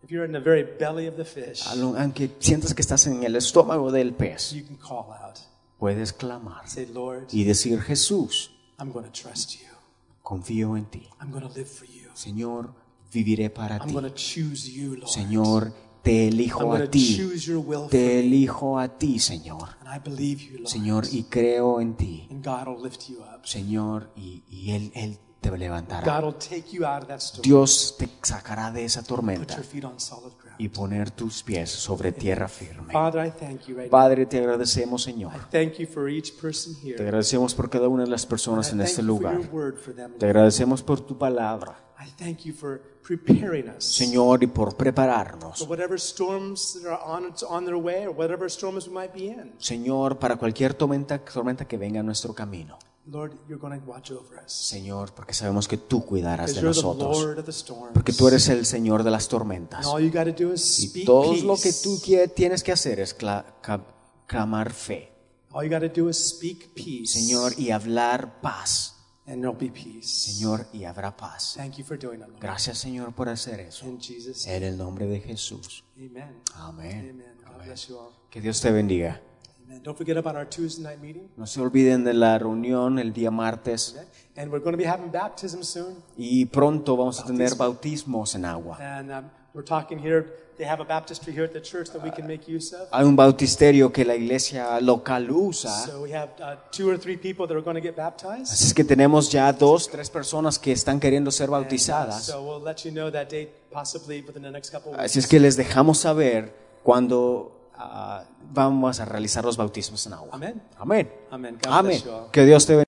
S1: if you're in the very belly of the fish,
S2: a lo- aunque sientas que estás en el estómago del pez,
S1: you can call out.
S2: puedes clamar
S1: Say, Lord,
S2: y decir, Jesús,
S1: I'm going to trust you.
S2: confío en ti.
S1: I'm going to live for you.
S2: Señor, viviré para
S1: I'm
S2: ti.
S1: going to choose you, Lord.
S2: Señor, te
S1: I'm
S2: elijo
S1: going
S2: a
S1: to
S2: ti.
S1: choose your will for me.
S2: Te elijo a ti, Señor.
S1: And I believe you, Lord.
S2: Señor, y creo en ti.
S1: And God will lift you up.
S2: Señor, y, y él, él te levantará.
S1: God will take you out of that storm.
S2: Dios te sacará de esa
S1: Put
S2: tormenta
S1: your feet on solid ground.
S2: y poner tus pies sobre tierra firme.
S1: Father, I thank you right now.
S2: Padre, te agradecemos,
S1: I
S2: Señor.
S1: thank you for each person
S2: Te
S1: here.
S2: agradecemos por cada una de las
S1: I
S2: personas en
S1: thank
S2: este
S1: you for your
S2: lugar.
S1: word for them.
S2: Te agradecemos por tu palabra,
S1: I thank you for preparing us
S2: Señor, y por
S1: for
S2: prepararnos,
S1: whatever storms that are on, on their way or whatever storms we might be in.
S2: Señor, para cualquier tormenta, tormenta que venga a nuestro camino.
S1: Lord, you're going to watch over us.
S2: Señor, porque sabemos que tú
S1: Because
S2: cuidarás de
S1: you're the
S2: nosotros,
S1: Lord of the storms.
S2: porque tú eres el Señor de las
S1: And
S2: tormentas.
S1: all you got to do is
S2: Y
S1: speak
S2: todo
S1: peace.
S2: lo que tú quie- tienes que hacer es cla- ca- clamar fe,
S1: All you got to do is speak peace.
S2: Señor, y hablar paz,
S1: And there'll be peace.
S2: Señor, y habrá paz.
S1: Thank you for doing it, Lord.
S2: Gracias, Señor, por hacer eso.
S1: In Jesus' name.
S2: En el nombre de Jesús.
S1: Amen.
S2: Amén.
S1: Amen. God bless you all.
S2: Que Dios te bendiga.
S1: Amen. Don't forget about our Tuesday night meeting.
S2: No se olviden de la reunión el día martes
S1: Okay? And we're going to be having baptism soon.
S2: y pronto vamos a tener bautismos en agua.
S1: And um, we're talking here. They have a baptistry here at the church that we can make use of.
S2: Hay un bautisterio que la iglesia local usa.
S1: So we have uh, two or three people that are going to get baptized.
S2: Así es que tenemos ya dos, tres personas que están queriendo ser
S1: And, uh,
S2: bautizadas.
S1: so we'll let you know that date possibly within the next couple of weeks.
S2: Así es que les dejamos saber cuando ah, vamos a realizar los bautismos en agua.
S1: Amén.
S2: Amén.
S1: Amén. God bless
S2: Amén.
S1: you all.
S2: Que Dios te bendiga.